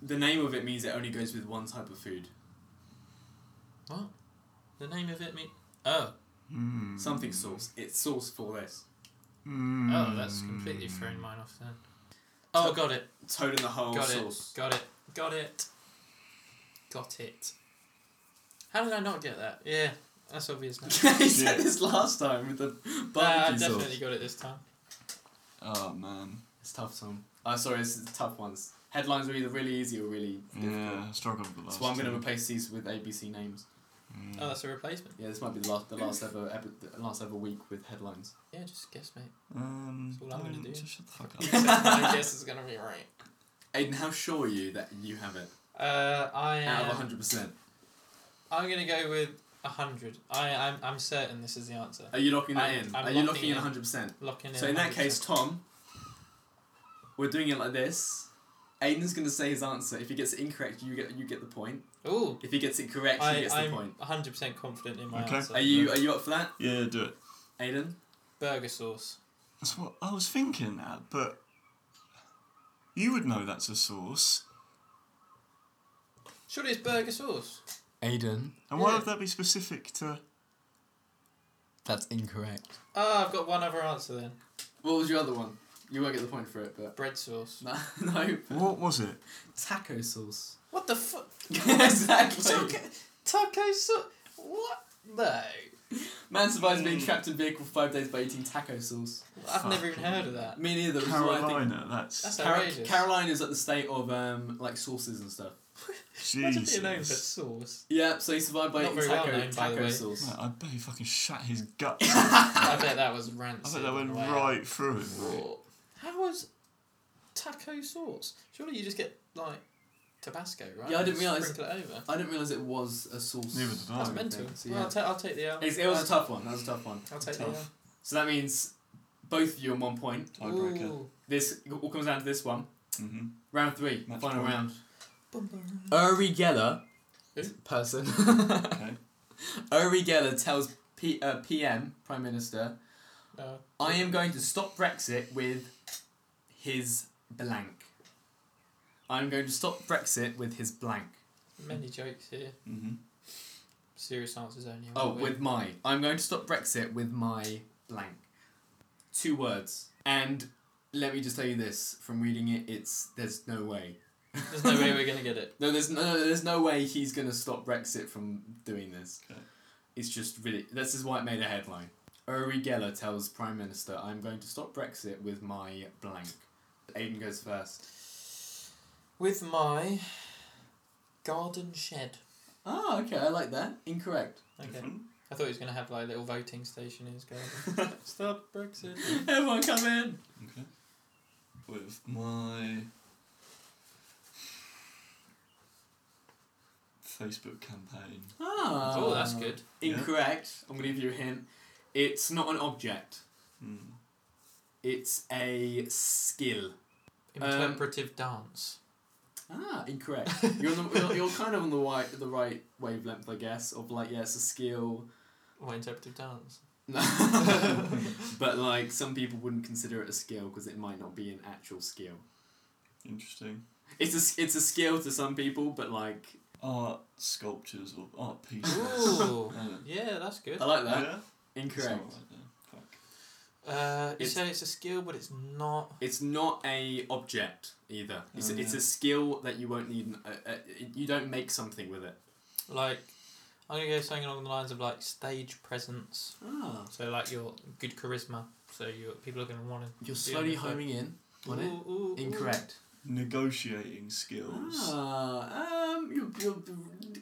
[SPEAKER 3] The name of it means it only goes with one type of food.
[SPEAKER 2] The name of it mean? Oh,
[SPEAKER 1] Mm.
[SPEAKER 3] Something sauce. It's sauce for this.
[SPEAKER 1] Hmm.
[SPEAKER 2] oh, that's
[SPEAKER 3] Mm.
[SPEAKER 2] completely thrown mine off then. Oh, got it,
[SPEAKER 3] Toad in the hole
[SPEAKER 2] got it,
[SPEAKER 3] sauce.
[SPEAKER 2] got it, got it, got it. How did I not get that? Yeah, that's obvious now.
[SPEAKER 3] he said this last time with the
[SPEAKER 2] But I
[SPEAKER 3] barbecue
[SPEAKER 2] definitely
[SPEAKER 3] sauce.
[SPEAKER 2] got it this time.
[SPEAKER 1] Oh man.
[SPEAKER 3] It's tough, Tom. Oh, sorry, it's it's tough ones. Headlines are either really easy or really difficult.
[SPEAKER 1] Yeah, I struggled with the last
[SPEAKER 3] So I'm going to
[SPEAKER 1] two.
[SPEAKER 3] replace these with ABC names. Hmm.
[SPEAKER 1] Mm.
[SPEAKER 2] Oh, that's a replacement.
[SPEAKER 3] Yeah, this might be the last, the last ever, epi- the last ever week with headlines.
[SPEAKER 2] Yeah, just guess, mate.
[SPEAKER 1] Um,
[SPEAKER 2] That's all I'm gonna
[SPEAKER 1] don't-
[SPEAKER 2] do.
[SPEAKER 1] Shut the fuck up.
[SPEAKER 2] My guess is gonna be right.
[SPEAKER 3] Aiden, how sure are you that you have it?
[SPEAKER 2] Uh, I am.
[SPEAKER 3] Out of 100%.
[SPEAKER 2] I'm gonna go with hundred. I I'm I'm certain this is the answer.
[SPEAKER 3] Are you locking that
[SPEAKER 2] I'm-
[SPEAKER 3] in?
[SPEAKER 2] I'm
[SPEAKER 3] are you
[SPEAKER 2] locking
[SPEAKER 3] locking in
[SPEAKER 2] in.
[SPEAKER 3] 100%?
[SPEAKER 2] Locking in.
[SPEAKER 3] So in that
[SPEAKER 2] 100%.
[SPEAKER 3] case, Tom, we're doing it like this. Aiden's gonna say his answer. If he gets it incorrect, you get you get the point.
[SPEAKER 2] Ooh,
[SPEAKER 3] If he gets it correct, he
[SPEAKER 2] I,
[SPEAKER 3] gets the
[SPEAKER 2] I'm
[SPEAKER 3] point.
[SPEAKER 2] 100% confident in my
[SPEAKER 1] Okay.
[SPEAKER 2] answer.
[SPEAKER 3] Are you are you up for that,
[SPEAKER 1] yeah, do it.
[SPEAKER 3] Aiden?
[SPEAKER 2] Burger sauce.
[SPEAKER 1] That's what I was thinking that, but you would know that's a sauce.
[SPEAKER 2] Surely it's burger sauce.
[SPEAKER 4] Aiden,
[SPEAKER 1] And why
[SPEAKER 2] Yeah.
[SPEAKER 1] would that be specific to?
[SPEAKER 4] that's incorrect.
[SPEAKER 2] Ah, I've got one other answer then.
[SPEAKER 3] What was your other one? You won't get the point for it, but
[SPEAKER 2] Bread sauce.
[SPEAKER 3] no, no.
[SPEAKER 1] What was it?
[SPEAKER 3] Taco sauce.
[SPEAKER 2] What the fuck?
[SPEAKER 3] exactly.
[SPEAKER 2] Taco, taco sauce? What? No.
[SPEAKER 3] Man survives
[SPEAKER 2] Mm.
[SPEAKER 3] being trapped in vehicle for five days by eating taco sauce.
[SPEAKER 2] I've never even
[SPEAKER 1] Fucking
[SPEAKER 2] heard of that.
[SPEAKER 3] Me neither. which is why I think
[SPEAKER 1] Carolina. That's
[SPEAKER 2] That's
[SPEAKER 3] Car-
[SPEAKER 2] outrageous.
[SPEAKER 3] Carolina is at the state of um like sauces and stuff.
[SPEAKER 2] Imagine being known for
[SPEAKER 1] Jesus.
[SPEAKER 2] sauce.
[SPEAKER 3] Yeah, so he survived by
[SPEAKER 2] Not
[SPEAKER 3] eating
[SPEAKER 2] very well
[SPEAKER 3] taco,
[SPEAKER 2] known, by the
[SPEAKER 3] taco
[SPEAKER 2] way.
[SPEAKER 3] sauce.
[SPEAKER 1] Man, I bet he fucking shat his guts.
[SPEAKER 2] I
[SPEAKER 1] I
[SPEAKER 2] bet that was rancid.
[SPEAKER 1] bet that went
[SPEAKER 2] Wow.
[SPEAKER 1] right through him.
[SPEAKER 2] Raw. How was taco sauce? Surely you just get like Tabasco, right?
[SPEAKER 3] Yeah, I
[SPEAKER 2] You just
[SPEAKER 3] didn't realise-
[SPEAKER 2] Sprinkle it over.
[SPEAKER 3] I didn't realise it was a sauce.
[SPEAKER 1] Neither did I.
[SPEAKER 2] That's
[SPEAKER 1] Oh,
[SPEAKER 2] mental.
[SPEAKER 3] thing, so
[SPEAKER 2] well, I'll,
[SPEAKER 3] yeah.
[SPEAKER 2] ta- I'll take the L.
[SPEAKER 3] It's- it was a tough one. That was a tough one.
[SPEAKER 2] I'll take the L.
[SPEAKER 1] Tough.
[SPEAKER 3] So that means both of you on one point.
[SPEAKER 1] Tiebreaker.
[SPEAKER 2] Ooh.
[SPEAKER 3] This all comes down to this one.
[SPEAKER 1] Mm-hmm.
[SPEAKER 3] Round three,
[SPEAKER 1] Match
[SPEAKER 3] final
[SPEAKER 1] point.
[SPEAKER 3] round.
[SPEAKER 2] Bum, bum.
[SPEAKER 4] Uri Geller,
[SPEAKER 2] Who?
[SPEAKER 4] person.
[SPEAKER 1] Okay.
[SPEAKER 4] Uri Geller.
[SPEAKER 3] Geller tells P, uh, PM, Prime Minister,
[SPEAKER 2] No.
[SPEAKER 3] I am going to stop Brexit with his blank. I'm going to stop Brexit with his blank.
[SPEAKER 2] Many jokes here.
[SPEAKER 1] Mm-hmm.
[SPEAKER 2] Serious answers only.
[SPEAKER 3] Oh,
[SPEAKER 2] aren't we?
[SPEAKER 3] with my. I'm going to stop Brexit with my blank. Two words. And let me just tell you this from reading it, it's there's no way.
[SPEAKER 2] There's no way we're gonna get it.
[SPEAKER 3] No, there's no, there's no way he's gonna stop Brexit from doing this.
[SPEAKER 1] Okay.
[SPEAKER 3] It's just really. This is why it made a headline. Uri Geller tells Prime Minister, "I'm going to stop Brexit with my blank." Aiden goes first.
[SPEAKER 2] With my garden shed.
[SPEAKER 3] Oh, okay, I like that. Incorrect.
[SPEAKER 2] Okay.
[SPEAKER 1] Different.
[SPEAKER 2] I thought he was gonna have like a little voting station in his garden. Stop Brexit.
[SPEAKER 3] Everyone come in.
[SPEAKER 1] Okay. With my Facebook campaign.
[SPEAKER 3] Ah.
[SPEAKER 2] oh, that's good.
[SPEAKER 1] Yeah.
[SPEAKER 3] Incorrect. I'm gonna give you a hint. It's not an object.
[SPEAKER 1] Mm.
[SPEAKER 3] It's a skill. Um,
[SPEAKER 2] Interpretive dance.
[SPEAKER 3] Ah, incorrect. You're on the, you're, you're kind of on the right the right wavelength, I guess. Of like, yeah, it's a skill.
[SPEAKER 2] Or interpretive dance.
[SPEAKER 3] No. but like some people wouldn't consider it a skill because it might not be an actual skill.
[SPEAKER 1] Interesting.
[SPEAKER 3] It's a s- it's a skill to some people, but like
[SPEAKER 1] Art sculptures or art pieces.
[SPEAKER 2] Ooh.
[SPEAKER 1] Yeah.
[SPEAKER 2] yeah, that's good.
[SPEAKER 3] I like that.
[SPEAKER 1] Yeah?
[SPEAKER 3] Incorrect.
[SPEAKER 1] It's alright then. Fuck.
[SPEAKER 2] Uh, you
[SPEAKER 3] It's-
[SPEAKER 2] say it's a skill, but it's not.
[SPEAKER 3] It's not a object either. It's,
[SPEAKER 1] Oh,
[SPEAKER 3] a, it's
[SPEAKER 1] yeah.
[SPEAKER 3] a skill that you won't need. Uh, uh, you don't make something with it.
[SPEAKER 2] Like, I'm gonna go something along the lines of like stage presence.
[SPEAKER 3] Ah,
[SPEAKER 2] So like your good charisma. So you people are gonna want to.
[SPEAKER 3] you're
[SPEAKER 2] slowly homing
[SPEAKER 3] in
[SPEAKER 2] Ooh, ooh, ooh.
[SPEAKER 3] Incorrect.
[SPEAKER 1] Negotiating skills.
[SPEAKER 3] Ah, um, you're, you're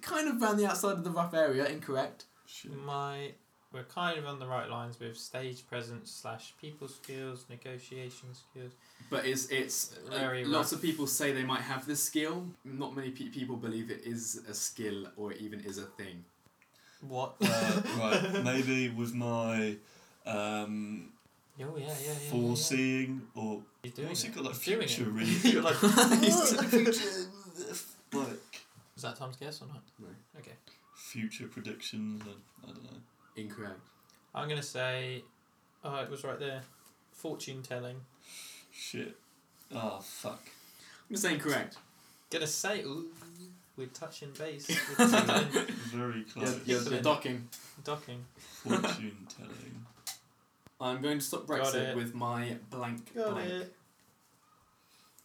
[SPEAKER 3] kind of around the outside of the rough area. Incorrect.
[SPEAKER 1] Shit.
[SPEAKER 2] My, we're kind of on the right lines with stage presence slash people skills, negotiation skills.
[SPEAKER 3] But it's it's uh,
[SPEAKER 2] Very
[SPEAKER 3] lots of people say they might have this skill. Not many pe- people believe it is a skill or even is a thing.
[SPEAKER 2] What?
[SPEAKER 1] Uh, right, maybe with my um,
[SPEAKER 2] Oh yeah, yeah, yeah. Yeah,
[SPEAKER 1] foreseeing or
[SPEAKER 2] yeah. He's doing
[SPEAKER 1] what's
[SPEAKER 2] it.
[SPEAKER 1] it called like
[SPEAKER 2] He's doing it.
[SPEAKER 1] future
[SPEAKER 2] You're like,
[SPEAKER 1] like
[SPEAKER 2] is that Tom's guess or not?
[SPEAKER 3] No.
[SPEAKER 2] Okay.
[SPEAKER 1] future predictions and I don't know.
[SPEAKER 3] Incorrect.
[SPEAKER 2] I'm gonna say, oh, it was right there. Fortune telling.
[SPEAKER 1] Shit. Oh fuck.
[SPEAKER 3] I'm just saying correct.
[SPEAKER 2] Gonna say, ooh, we're touching base. We're touching,
[SPEAKER 1] Very
[SPEAKER 3] You're,
[SPEAKER 1] close.
[SPEAKER 3] you're, you're docking.
[SPEAKER 2] docking.
[SPEAKER 1] Fortune telling.
[SPEAKER 3] I'm going to stop
[SPEAKER 2] Got
[SPEAKER 3] Brexit
[SPEAKER 2] it.
[SPEAKER 3] with my blank
[SPEAKER 2] Got
[SPEAKER 3] blank.
[SPEAKER 2] it.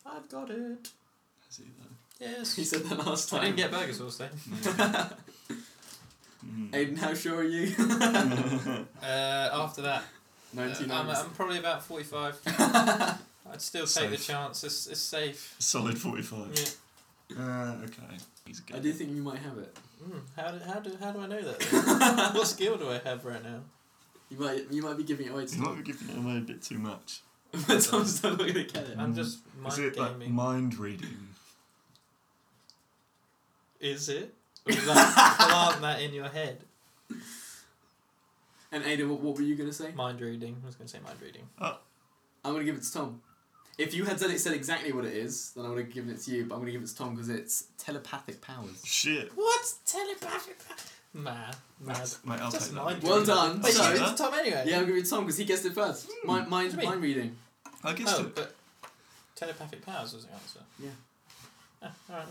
[SPEAKER 2] I've got it.
[SPEAKER 1] Has he though?
[SPEAKER 2] Yes.
[SPEAKER 3] He said that last
[SPEAKER 2] I
[SPEAKER 3] time.
[SPEAKER 2] didn't get burger sauce then.
[SPEAKER 1] Mm.
[SPEAKER 3] Aiden, how sure are you?
[SPEAKER 2] Uh, after that, uh, I'm,
[SPEAKER 3] 99.
[SPEAKER 2] I'm probably about 45. I'd still take the
[SPEAKER 1] Safe.
[SPEAKER 2] chance. It's, it's safe.
[SPEAKER 1] Solid forty-five.
[SPEAKER 2] Yeah.
[SPEAKER 1] Uh, okay. He's good.
[SPEAKER 3] I do think you might have it.
[SPEAKER 2] Mm, how, do, how, do, how do I know that? what skill do I have right now?
[SPEAKER 3] You might you might be giving it away
[SPEAKER 1] You might be
[SPEAKER 3] to
[SPEAKER 1] giving it away a bit too much.
[SPEAKER 3] but Tom's still not going to get it.
[SPEAKER 2] I'm just mind
[SPEAKER 1] Mm. Is it like
[SPEAKER 2] gaming.
[SPEAKER 1] mind reading?
[SPEAKER 2] Is it? Or is that plant that in your head?
[SPEAKER 3] And Aiden, what, what were you going to say?
[SPEAKER 2] Mind reading. I was going to say mind reading.
[SPEAKER 3] I'm going to give it to Tom. If you had said, it, said exactly what it is, then I would have given it to you, but I'm going to give it to Tom because it's telepathic powers.
[SPEAKER 1] Shit.
[SPEAKER 2] What? Telepathic. Mad. Mad.
[SPEAKER 1] That's- Mate, I'll
[SPEAKER 2] Just
[SPEAKER 1] take that.
[SPEAKER 2] mind
[SPEAKER 3] Well
[SPEAKER 2] reading.
[SPEAKER 3] done.
[SPEAKER 2] Wait,
[SPEAKER 1] So-
[SPEAKER 2] you did it to Tom anyway.
[SPEAKER 3] Yeah, I'm giving it to Tom because he guessed it first. Mind,
[SPEAKER 2] What
[SPEAKER 3] mind,
[SPEAKER 2] do you mean?
[SPEAKER 3] mind reading.
[SPEAKER 1] I guess.
[SPEAKER 2] Oh,
[SPEAKER 1] the-
[SPEAKER 2] but telepathic powers was the answer.
[SPEAKER 3] Yeah.
[SPEAKER 2] Ah, alright.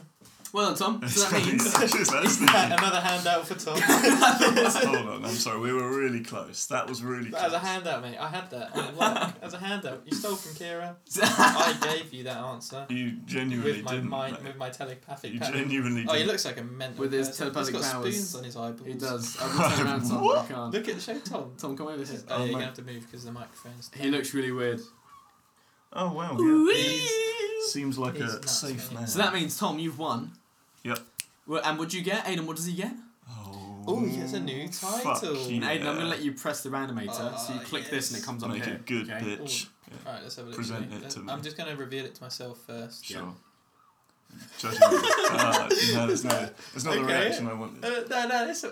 [SPEAKER 3] Well done, Tom. So that means.
[SPEAKER 1] That's the-
[SPEAKER 2] Another handout for Tom.
[SPEAKER 1] Hold on, I'm sorry. We were really close. That was really
[SPEAKER 2] That was a
[SPEAKER 1] close.
[SPEAKER 2] handout, mate. I had that at work. As a handout. You stole from Kira. I gave you that answer.
[SPEAKER 1] You genuinely
[SPEAKER 2] with my
[SPEAKER 1] didn't.
[SPEAKER 2] mind,
[SPEAKER 1] mate.
[SPEAKER 2] with my telepathic
[SPEAKER 1] you
[SPEAKER 2] power.
[SPEAKER 1] genuinely
[SPEAKER 2] Oh, he
[SPEAKER 1] didn't.
[SPEAKER 2] looks like a mental.
[SPEAKER 3] With his
[SPEAKER 2] person.
[SPEAKER 3] telepathic
[SPEAKER 2] He's got
[SPEAKER 3] powers.
[SPEAKER 2] spoons on his eyeballs.
[SPEAKER 3] He does. I'm going to turn around, Tom. I can't.
[SPEAKER 2] Look at show Tom.
[SPEAKER 3] Tom, come over here.
[SPEAKER 2] Oh,
[SPEAKER 1] Oh,
[SPEAKER 2] yeah, you're
[SPEAKER 1] mate.
[SPEAKER 2] gonna have to move because the microphone's.
[SPEAKER 3] He looks really weird.
[SPEAKER 1] Oh wow. Yeah.
[SPEAKER 2] He's-
[SPEAKER 1] Seems like
[SPEAKER 2] He's
[SPEAKER 1] a
[SPEAKER 2] nuts,
[SPEAKER 1] safe
[SPEAKER 2] mate.
[SPEAKER 1] man.
[SPEAKER 3] So that means, Tom, you've won
[SPEAKER 1] Yep.
[SPEAKER 3] Well, and what do you get, Aiden? What does he get?
[SPEAKER 1] Oh,
[SPEAKER 2] Oh, he gets a new
[SPEAKER 1] fuck
[SPEAKER 2] title.
[SPEAKER 1] yeah.
[SPEAKER 3] Aiden, I'm gonna let you press the randomator. so you
[SPEAKER 2] Ah,
[SPEAKER 3] click this and
[SPEAKER 2] yes.
[SPEAKER 3] it comes up
[SPEAKER 1] Make
[SPEAKER 3] here.
[SPEAKER 1] it good,
[SPEAKER 3] okay?
[SPEAKER 1] bitch.
[SPEAKER 2] All right, let's have a look.
[SPEAKER 1] Present
[SPEAKER 2] see.
[SPEAKER 1] it to me.
[SPEAKER 2] I'm just going to reveal it to myself first.
[SPEAKER 1] Sure. Judging me. Ah, no, that's not, that's not the
[SPEAKER 2] Okay.
[SPEAKER 1] reaction I wanted.
[SPEAKER 2] Uh, no, no, it's.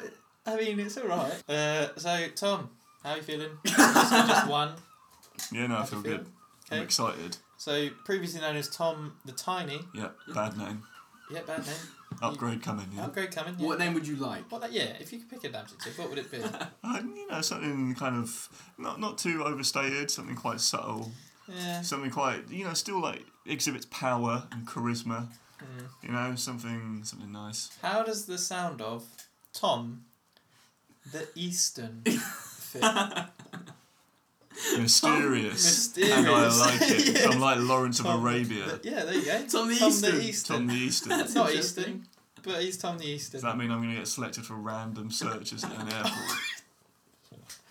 [SPEAKER 2] I mean, it's all right. Uh, so Tom, how are you feeling? just, just one.
[SPEAKER 1] Yeah, no, I
[SPEAKER 2] How do
[SPEAKER 1] feel
[SPEAKER 2] you
[SPEAKER 1] good. I'm
[SPEAKER 2] Okay.
[SPEAKER 1] excited.
[SPEAKER 2] So previously known as Tom the Tiny.
[SPEAKER 1] Yeah, bad name.
[SPEAKER 2] Yeah, bad name.
[SPEAKER 1] Upgrade coming, yeah.
[SPEAKER 2] Upgrade coming. Yeah.
[SPEAKER 5] What name would you like?
[SPEAKER 2] Well, that, yeah. If you could pick an adjective, what would it be?
[SPEAKER 1] Uh, you know, something kind of not not too overstated, something quite subtle,
[SPEAKER 2] yeah.
[SPEAKER 1] something quite you know still like exhibits power and charisma.
[SPEAKER 2] Mm.
[SPEAKER 1] You know, something something nice.
[SPEAKER 2] How does the sound of Tom the Eastern fit?
[SPEAKER 1] Mysterious.
[SPEAKER 2] Mysterious.
[SPEAKER 1] And I like it.
[SPEAKER 2] Yeah.
[SPEAKER 1] I'm like Lawrence of
[SPEAKER 2] Tom
[SPEAKER 1] Arabia.
[SPEAKER 2] the- yeah, there you go.
[SPEAKER 3] Tom the Eastern.
[SPEAKER 2] The Eastern.
[SPEAKER 1] Tom the Eastern.
[SPEAKER 2] It's not
[SPEAKER 3] interesting.
[SPEAKER 2] Eastern, but he's Tom the Eastern.
[SPEAKER 1] Does that mean I'm going to get selected for random searches at an airport?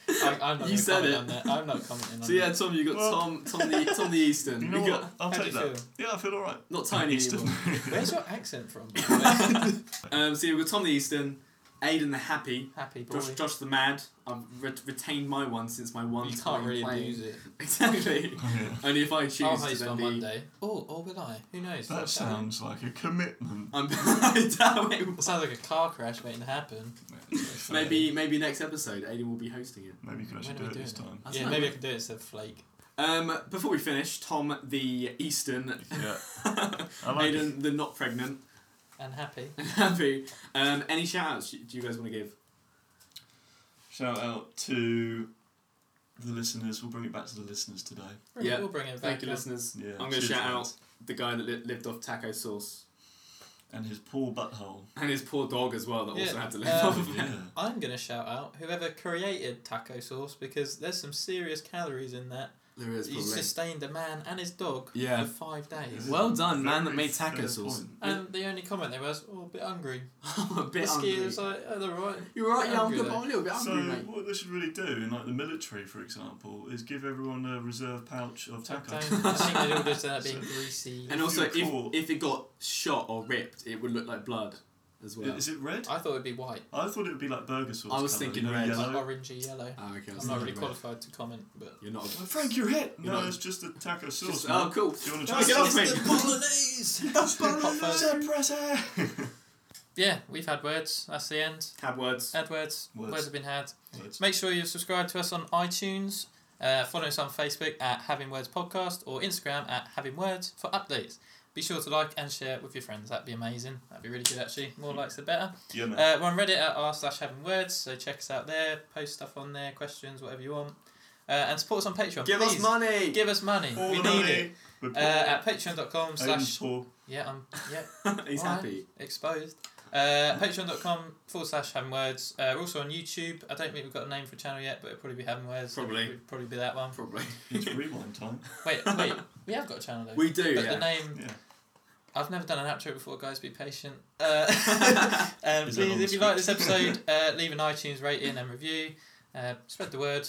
[SPEAKER 2] I, I'm not
[SPEAKER 3] You
[SPEAKER 2] gonna
[SPEAKER 3] said
[SPEAKER 2] comment
[SPEAKER 3] it.
[SPEAKER 2] on that. I'm not commenting on
[SPEAKER 3] So yeah, Tom, you got
[SPEAKER 1] Well-
[SPEAKER 3] Tom, Tom the Tom the Eastern.
[SPEAKER 1] You know
[SPEAKER 3] You
[SPEAKER 1] what?
[SPEAKER 3] got-
[SPEAKER 1] I'll
[SPEAKER 2] How do
[SPEAKER 1] take
[SPEAKER 2] you
[SPEAKER 1] that. Yeah, I feel alright.
[SPEAKER 3] not tiny
[SPEAKER 1] Eastern.
[SPEAKER 3] anymore.
[SPEAKER 2] that. Where's your accent from? by the way?
[SPEAKER 3] Um, so you've got Tom the Eastern, Aiden the Happy,
[SPEAKER 2] Happy boy.
[SPEAKER 3] Josh, Josh the Mad. I've re- retained my one since my one
[SPEAKER 2] you can't
[SPEAKER 3] time
[SPEAKER 2] really
[SPEAKER 3] playing.
[SPEAKER 2] lose it.
[SPEAKER 3] Exactly.
[SPEAKER 1] Oh, yeah.
[SPEAKER 3] Only if I choose
[SPEAKER 2] I'll
[SPEAKER 3] to
[SPEAKER 2] host
[SPEAKER 3] then
[SPEAKER 2] on
[SPEAKER 3] be.
[SPEAKER 2] Monday. Oh, or will I? Who knows?
[SPEAKER 1] That
[SPEAKER 2] That's how-
[SPEAKER 1] sounds like a commitment.
[SPEAKER 3] I'm, I doubt it.
[SPEAKER 2] That sounds like a car crash waiting to happen.
[SPEAKER 3] Maybe maybe next episode Aiden will be hosting it.
[SPEAKER 1] Maybe you can actually
[SPEAKER 2] When are
[SPEAKER 1] do
[SPEAKER 2] we
[SPEAKER 1] it
[SPEAKER 2] doing
[SPEAKER 1] this
[SPEAKER 2] it?
[SPEAKER 1] time.
[SPEAKER 3] That's
[SPEAKER 2] yeah,
[SPEAKER 3] not
[SPEAKER 2] maybe I
[SPEAKER 3] right.
[SPEAKER 2] can do it instead of flake.
[SPEAKER 3] Um, before we finish, Tom the Eastern,
[SPEAKER 1] Yeah. I like it.
[SPEAKER 3] Aiden the not pregnant,
[SPEAKER 2] And happy.
[SPEAKER 3] and Happy. Um, any shout outs do you guys want to give?
[SPEAKER 1] Shout out to the listeners. We'll bring it back to the listeners today.
[SPEAKER 2] Bring-
[SPEAKER 3] Yeah.
[SPEAKER 2] We'll bring it back.
[SPEAKER 3] Thank you,
[SPEAKER 2] John.
[SPEAKER 3] listeners.
[SPEAKER 1] Yeah.
[SPEAKER 3] I'm going to
[SPEAKER 1] cheers,
[SPEAKER 3] shout out
[SPEAKER 1] lads.
[SPEAKER 3] the guy that li- lived off taco sauce
[SPEAKER 1] And his poor butthole.
[SPEAKER 3] and his poor dog as well that also
[SPEAKER 2] Yeah,
[SPEAKER 3] had to live
[SPEAKER 2] um,
[SPEAKER 3] off
[SPEAKER 1] Oh,
[SPEAKER 3] of it.
[SPEAKER 1] yeah.
[SPEAKER 2] I'm going to shout out whoever created taco sauce because there's some serious calories in that.
[SPEAKER 3] There is
[SPEAKER 2] He
[SPEAKER 3] probably.
[SPEAKER 2] sustained a man and his dog
[SPEAKER 3] Yeah.
[SPEAKER 2] for five days.
[SPEAKER 3] Well done, man
[SPEAKER 1] Very
[SPEAKER 3] that made
[SPEAKER 1] fair
[SPEAKER 3] taco sauce.
[SPEAKER 1] point.
[SPEAKER 2] And the only comment there was, oh, a bit hungry.
[SPEAKER 3] I'm a bit
[SPEAKER 2] Whiskey
[SPEAKER 3] hungry.
[SPEAKER 2] was like, oh, they're right.
[SPEAKER 3] You're right, yeah, I'm,
[SPEAKER 2] Hungry,
[SPEAKER 3] good,
[SPEAKER 2] though.
[SPEAKER 3] I'm a little bit
[SPEAKER 1] So
[SPEAKER 3] hungry, mate.
[SPEAKER 1] what they should really do in like the military, for example, is give everyone a reserve pouch of
[SPEAKER 2] Taco.
[SPEAKER 1] taco.
[SPEAKER 2] I think they'd all just end up being greasy.
[SPEAKER 3] And
[SPEAKER 1] If
[SPEAKER 3] also,
[SPEAKER 1] you recall-
[SPEAKER 3] if, if it got shot or ripped, it would look like blood as well.
[SPEAKER 1] Is it red?
[SPEAKER 2] I thought it'd be white,
[SPEAKER 1] I thought it would be like burger sauce.
[SPEAKER 3] I was
[SPEAKER 1] colour,
[SPEAKER 3] thinking
[SPEAKER 1] you know,
[SPEAKER 3] red.
[SPEAKER 2] like
[SPEAKER 1] Yellow.
[SPEAKER 2] orangey yellow.
[SPEAKER 3] Oh, okay. I was
[SPEAKER 2] I'm not
[SPEAKER 3] thinking
[SPEAKER 2] really
[SPEAKER 3] red.
[SPEAKER 2] qualified to comment, but.
[SPEAKER 3] You're not. A...
[SPEAKER 1] Oh, Frank, you're hit.
[SPEAKER 3] You're
[SPEAKER 1] No,
[SPEAKER 3] not-
[SPEAKER 1] it's just the taco sauce.
[SPEAKER 3] Just-
[SPEAKER 1] man.
[SPEAKER 3] oh, cool.
[SPEAKER 1] Do you want to
[SPEAKER 3] No,
[SPEAKER 1] try
[SPEAKER 3] get off
[SPEAKER 1] some?
[SPEAKER 3] me.
[SPEAKER 1] It's bolognese press.
[SPEAKER 2] Yeah, we've had words. That's the end.
[SPEAKER 3] Have words.
[SPEAKER 2] Had words. Words,
[SPEAKER 1] Words.
[SPEAKER 2] have been had.
[SPEAKER 1] Words.
[SPEAKER 2] Make sure you subscribe to us on iTunes. Uh, follow us on Facebook at Having Words Podcast or Instagram at Having Words for updates. Be sure to like and share with your friends. That'd be amazing. That'd be really good, actually. More likes, the better.
[SPEAKER 1] Yeah, man.
[SPEAKER 2] Uh, we're on Reddit at r slash having words, so check us out there. Post stuff on there, questions, whatever you want. Uh, and support us on Patreon.
[SPEAKER 3] Give
[SPEAKER 2] Please,
[SPEAKER 3] us money.
[SPEAKER 2] Give us money.
[SPEAKER 3] Uh,
[SPEAKER 1] All
[SPEAKER 2] we
[SPEAKER 1] the
[SPEAKER 2] need
[SPEAKER 1] money.
[SPEAKER 2] it.
[SPEAKER 1] We're
[SPEAKER 2] Uh,
[SPEAKER 1] poor.
[SPEAKER 2] at patreon.com
[SPEAKER 1] Aiden's
[SPEAKER 2] slash.
[SPEAKER 1] poor.
[SPEAKER 2] Yeah, I'm. Yeah,
[SPEAKER 3] He's
[SPEAKER 2] Alright.
[SPEAKER 3] happy.
[SPEAKER 2] exposed. Uh, patreon.com forward slash having words. Uh, we're also on YouTube. I don't think we've got a name for the channel yet, but it'll probably be having words. so
[SPEAKER 3] Probably.
[SPEAKER 2] it'll probably be that one.
[SPEAKER 3] Probably.
[SPEAKER 1] It's rewind time.
[SPEAKER 2] Wait, wait. We have got a channel though.
[SPEAKER 3] We do,
[SPEAKER 2] But
[SPEAKER 3] yeah.
[SPEAKER 2] the name.
[SPEAKER 1] Yeah.
[SPEAKER 2] I've never done an outro before, guys. Be patient. Uh, um,
[SPEAKER 1] Is that on
[SPEAKER 2] please,
[SPEAKER 1] the
[SPEAKER 2] if you like this
[SPEAKER 1] script?
[SPEAKER 2] episode, uh, leave an iTunes rating and review. Uh, spread the word.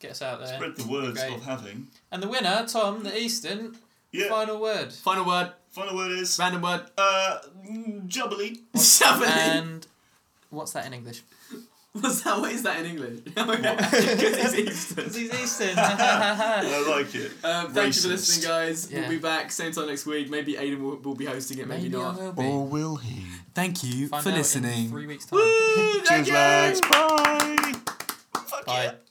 [SPEAKER 2] Get us out there.
[SPEAKER 1] Spread the words
[SPEAKER 2] Uh, Great.
[SPEAKER 1] of having.
[SPEAKER 2] And the winner, Tom the Eastern.
[SPEAKER 1] Yeah.
[SPEAKER 2] Final word.
[SPEAKER 3] Final word.
[SPEAKER 1] Final word is
[SPEAKER 3] Random word.
[SPEAKER 1] uh mm, jubbly.
[SPEAKER 3] Shovely.
[SPEAKER 2] And what's that in English?
[SPEAKER 3] What's that? What is that in English? Oh Because
[SPEAKER 1] What?
[SPEAKER 3] he's Eastern.
[SPEAKER 2] He's Eastern.
[SPEAKER 1] I like it.
[SPEAKER 3] Um, thank you
[SPEAKER 1] Racist.
[SPEAKER 3] for listening, guys.
[SPEAKER 2] Yeah.
[SPEAKER 3] We'll be back same time next week. Maybe Aiden will, will be hosting it. Maybe,
[SPEAKER 2] Maybe I
[SPEAKER 3] not.
[SPEAKER 2] will be.
[SPEAKER 1] will he?
[SPEAKER 3] Thank you
[SPEAKER 2] Find out in three weeks' time.
[SPEAKER 3] Woo! Thank
[SPEAKER 1] Cheers,
[SPEAKER 3] you.
[SPEAKER 1] lads. Bye. Fuck
[SPEAKER 2] Bye.
[SPEAKER 1] yeah.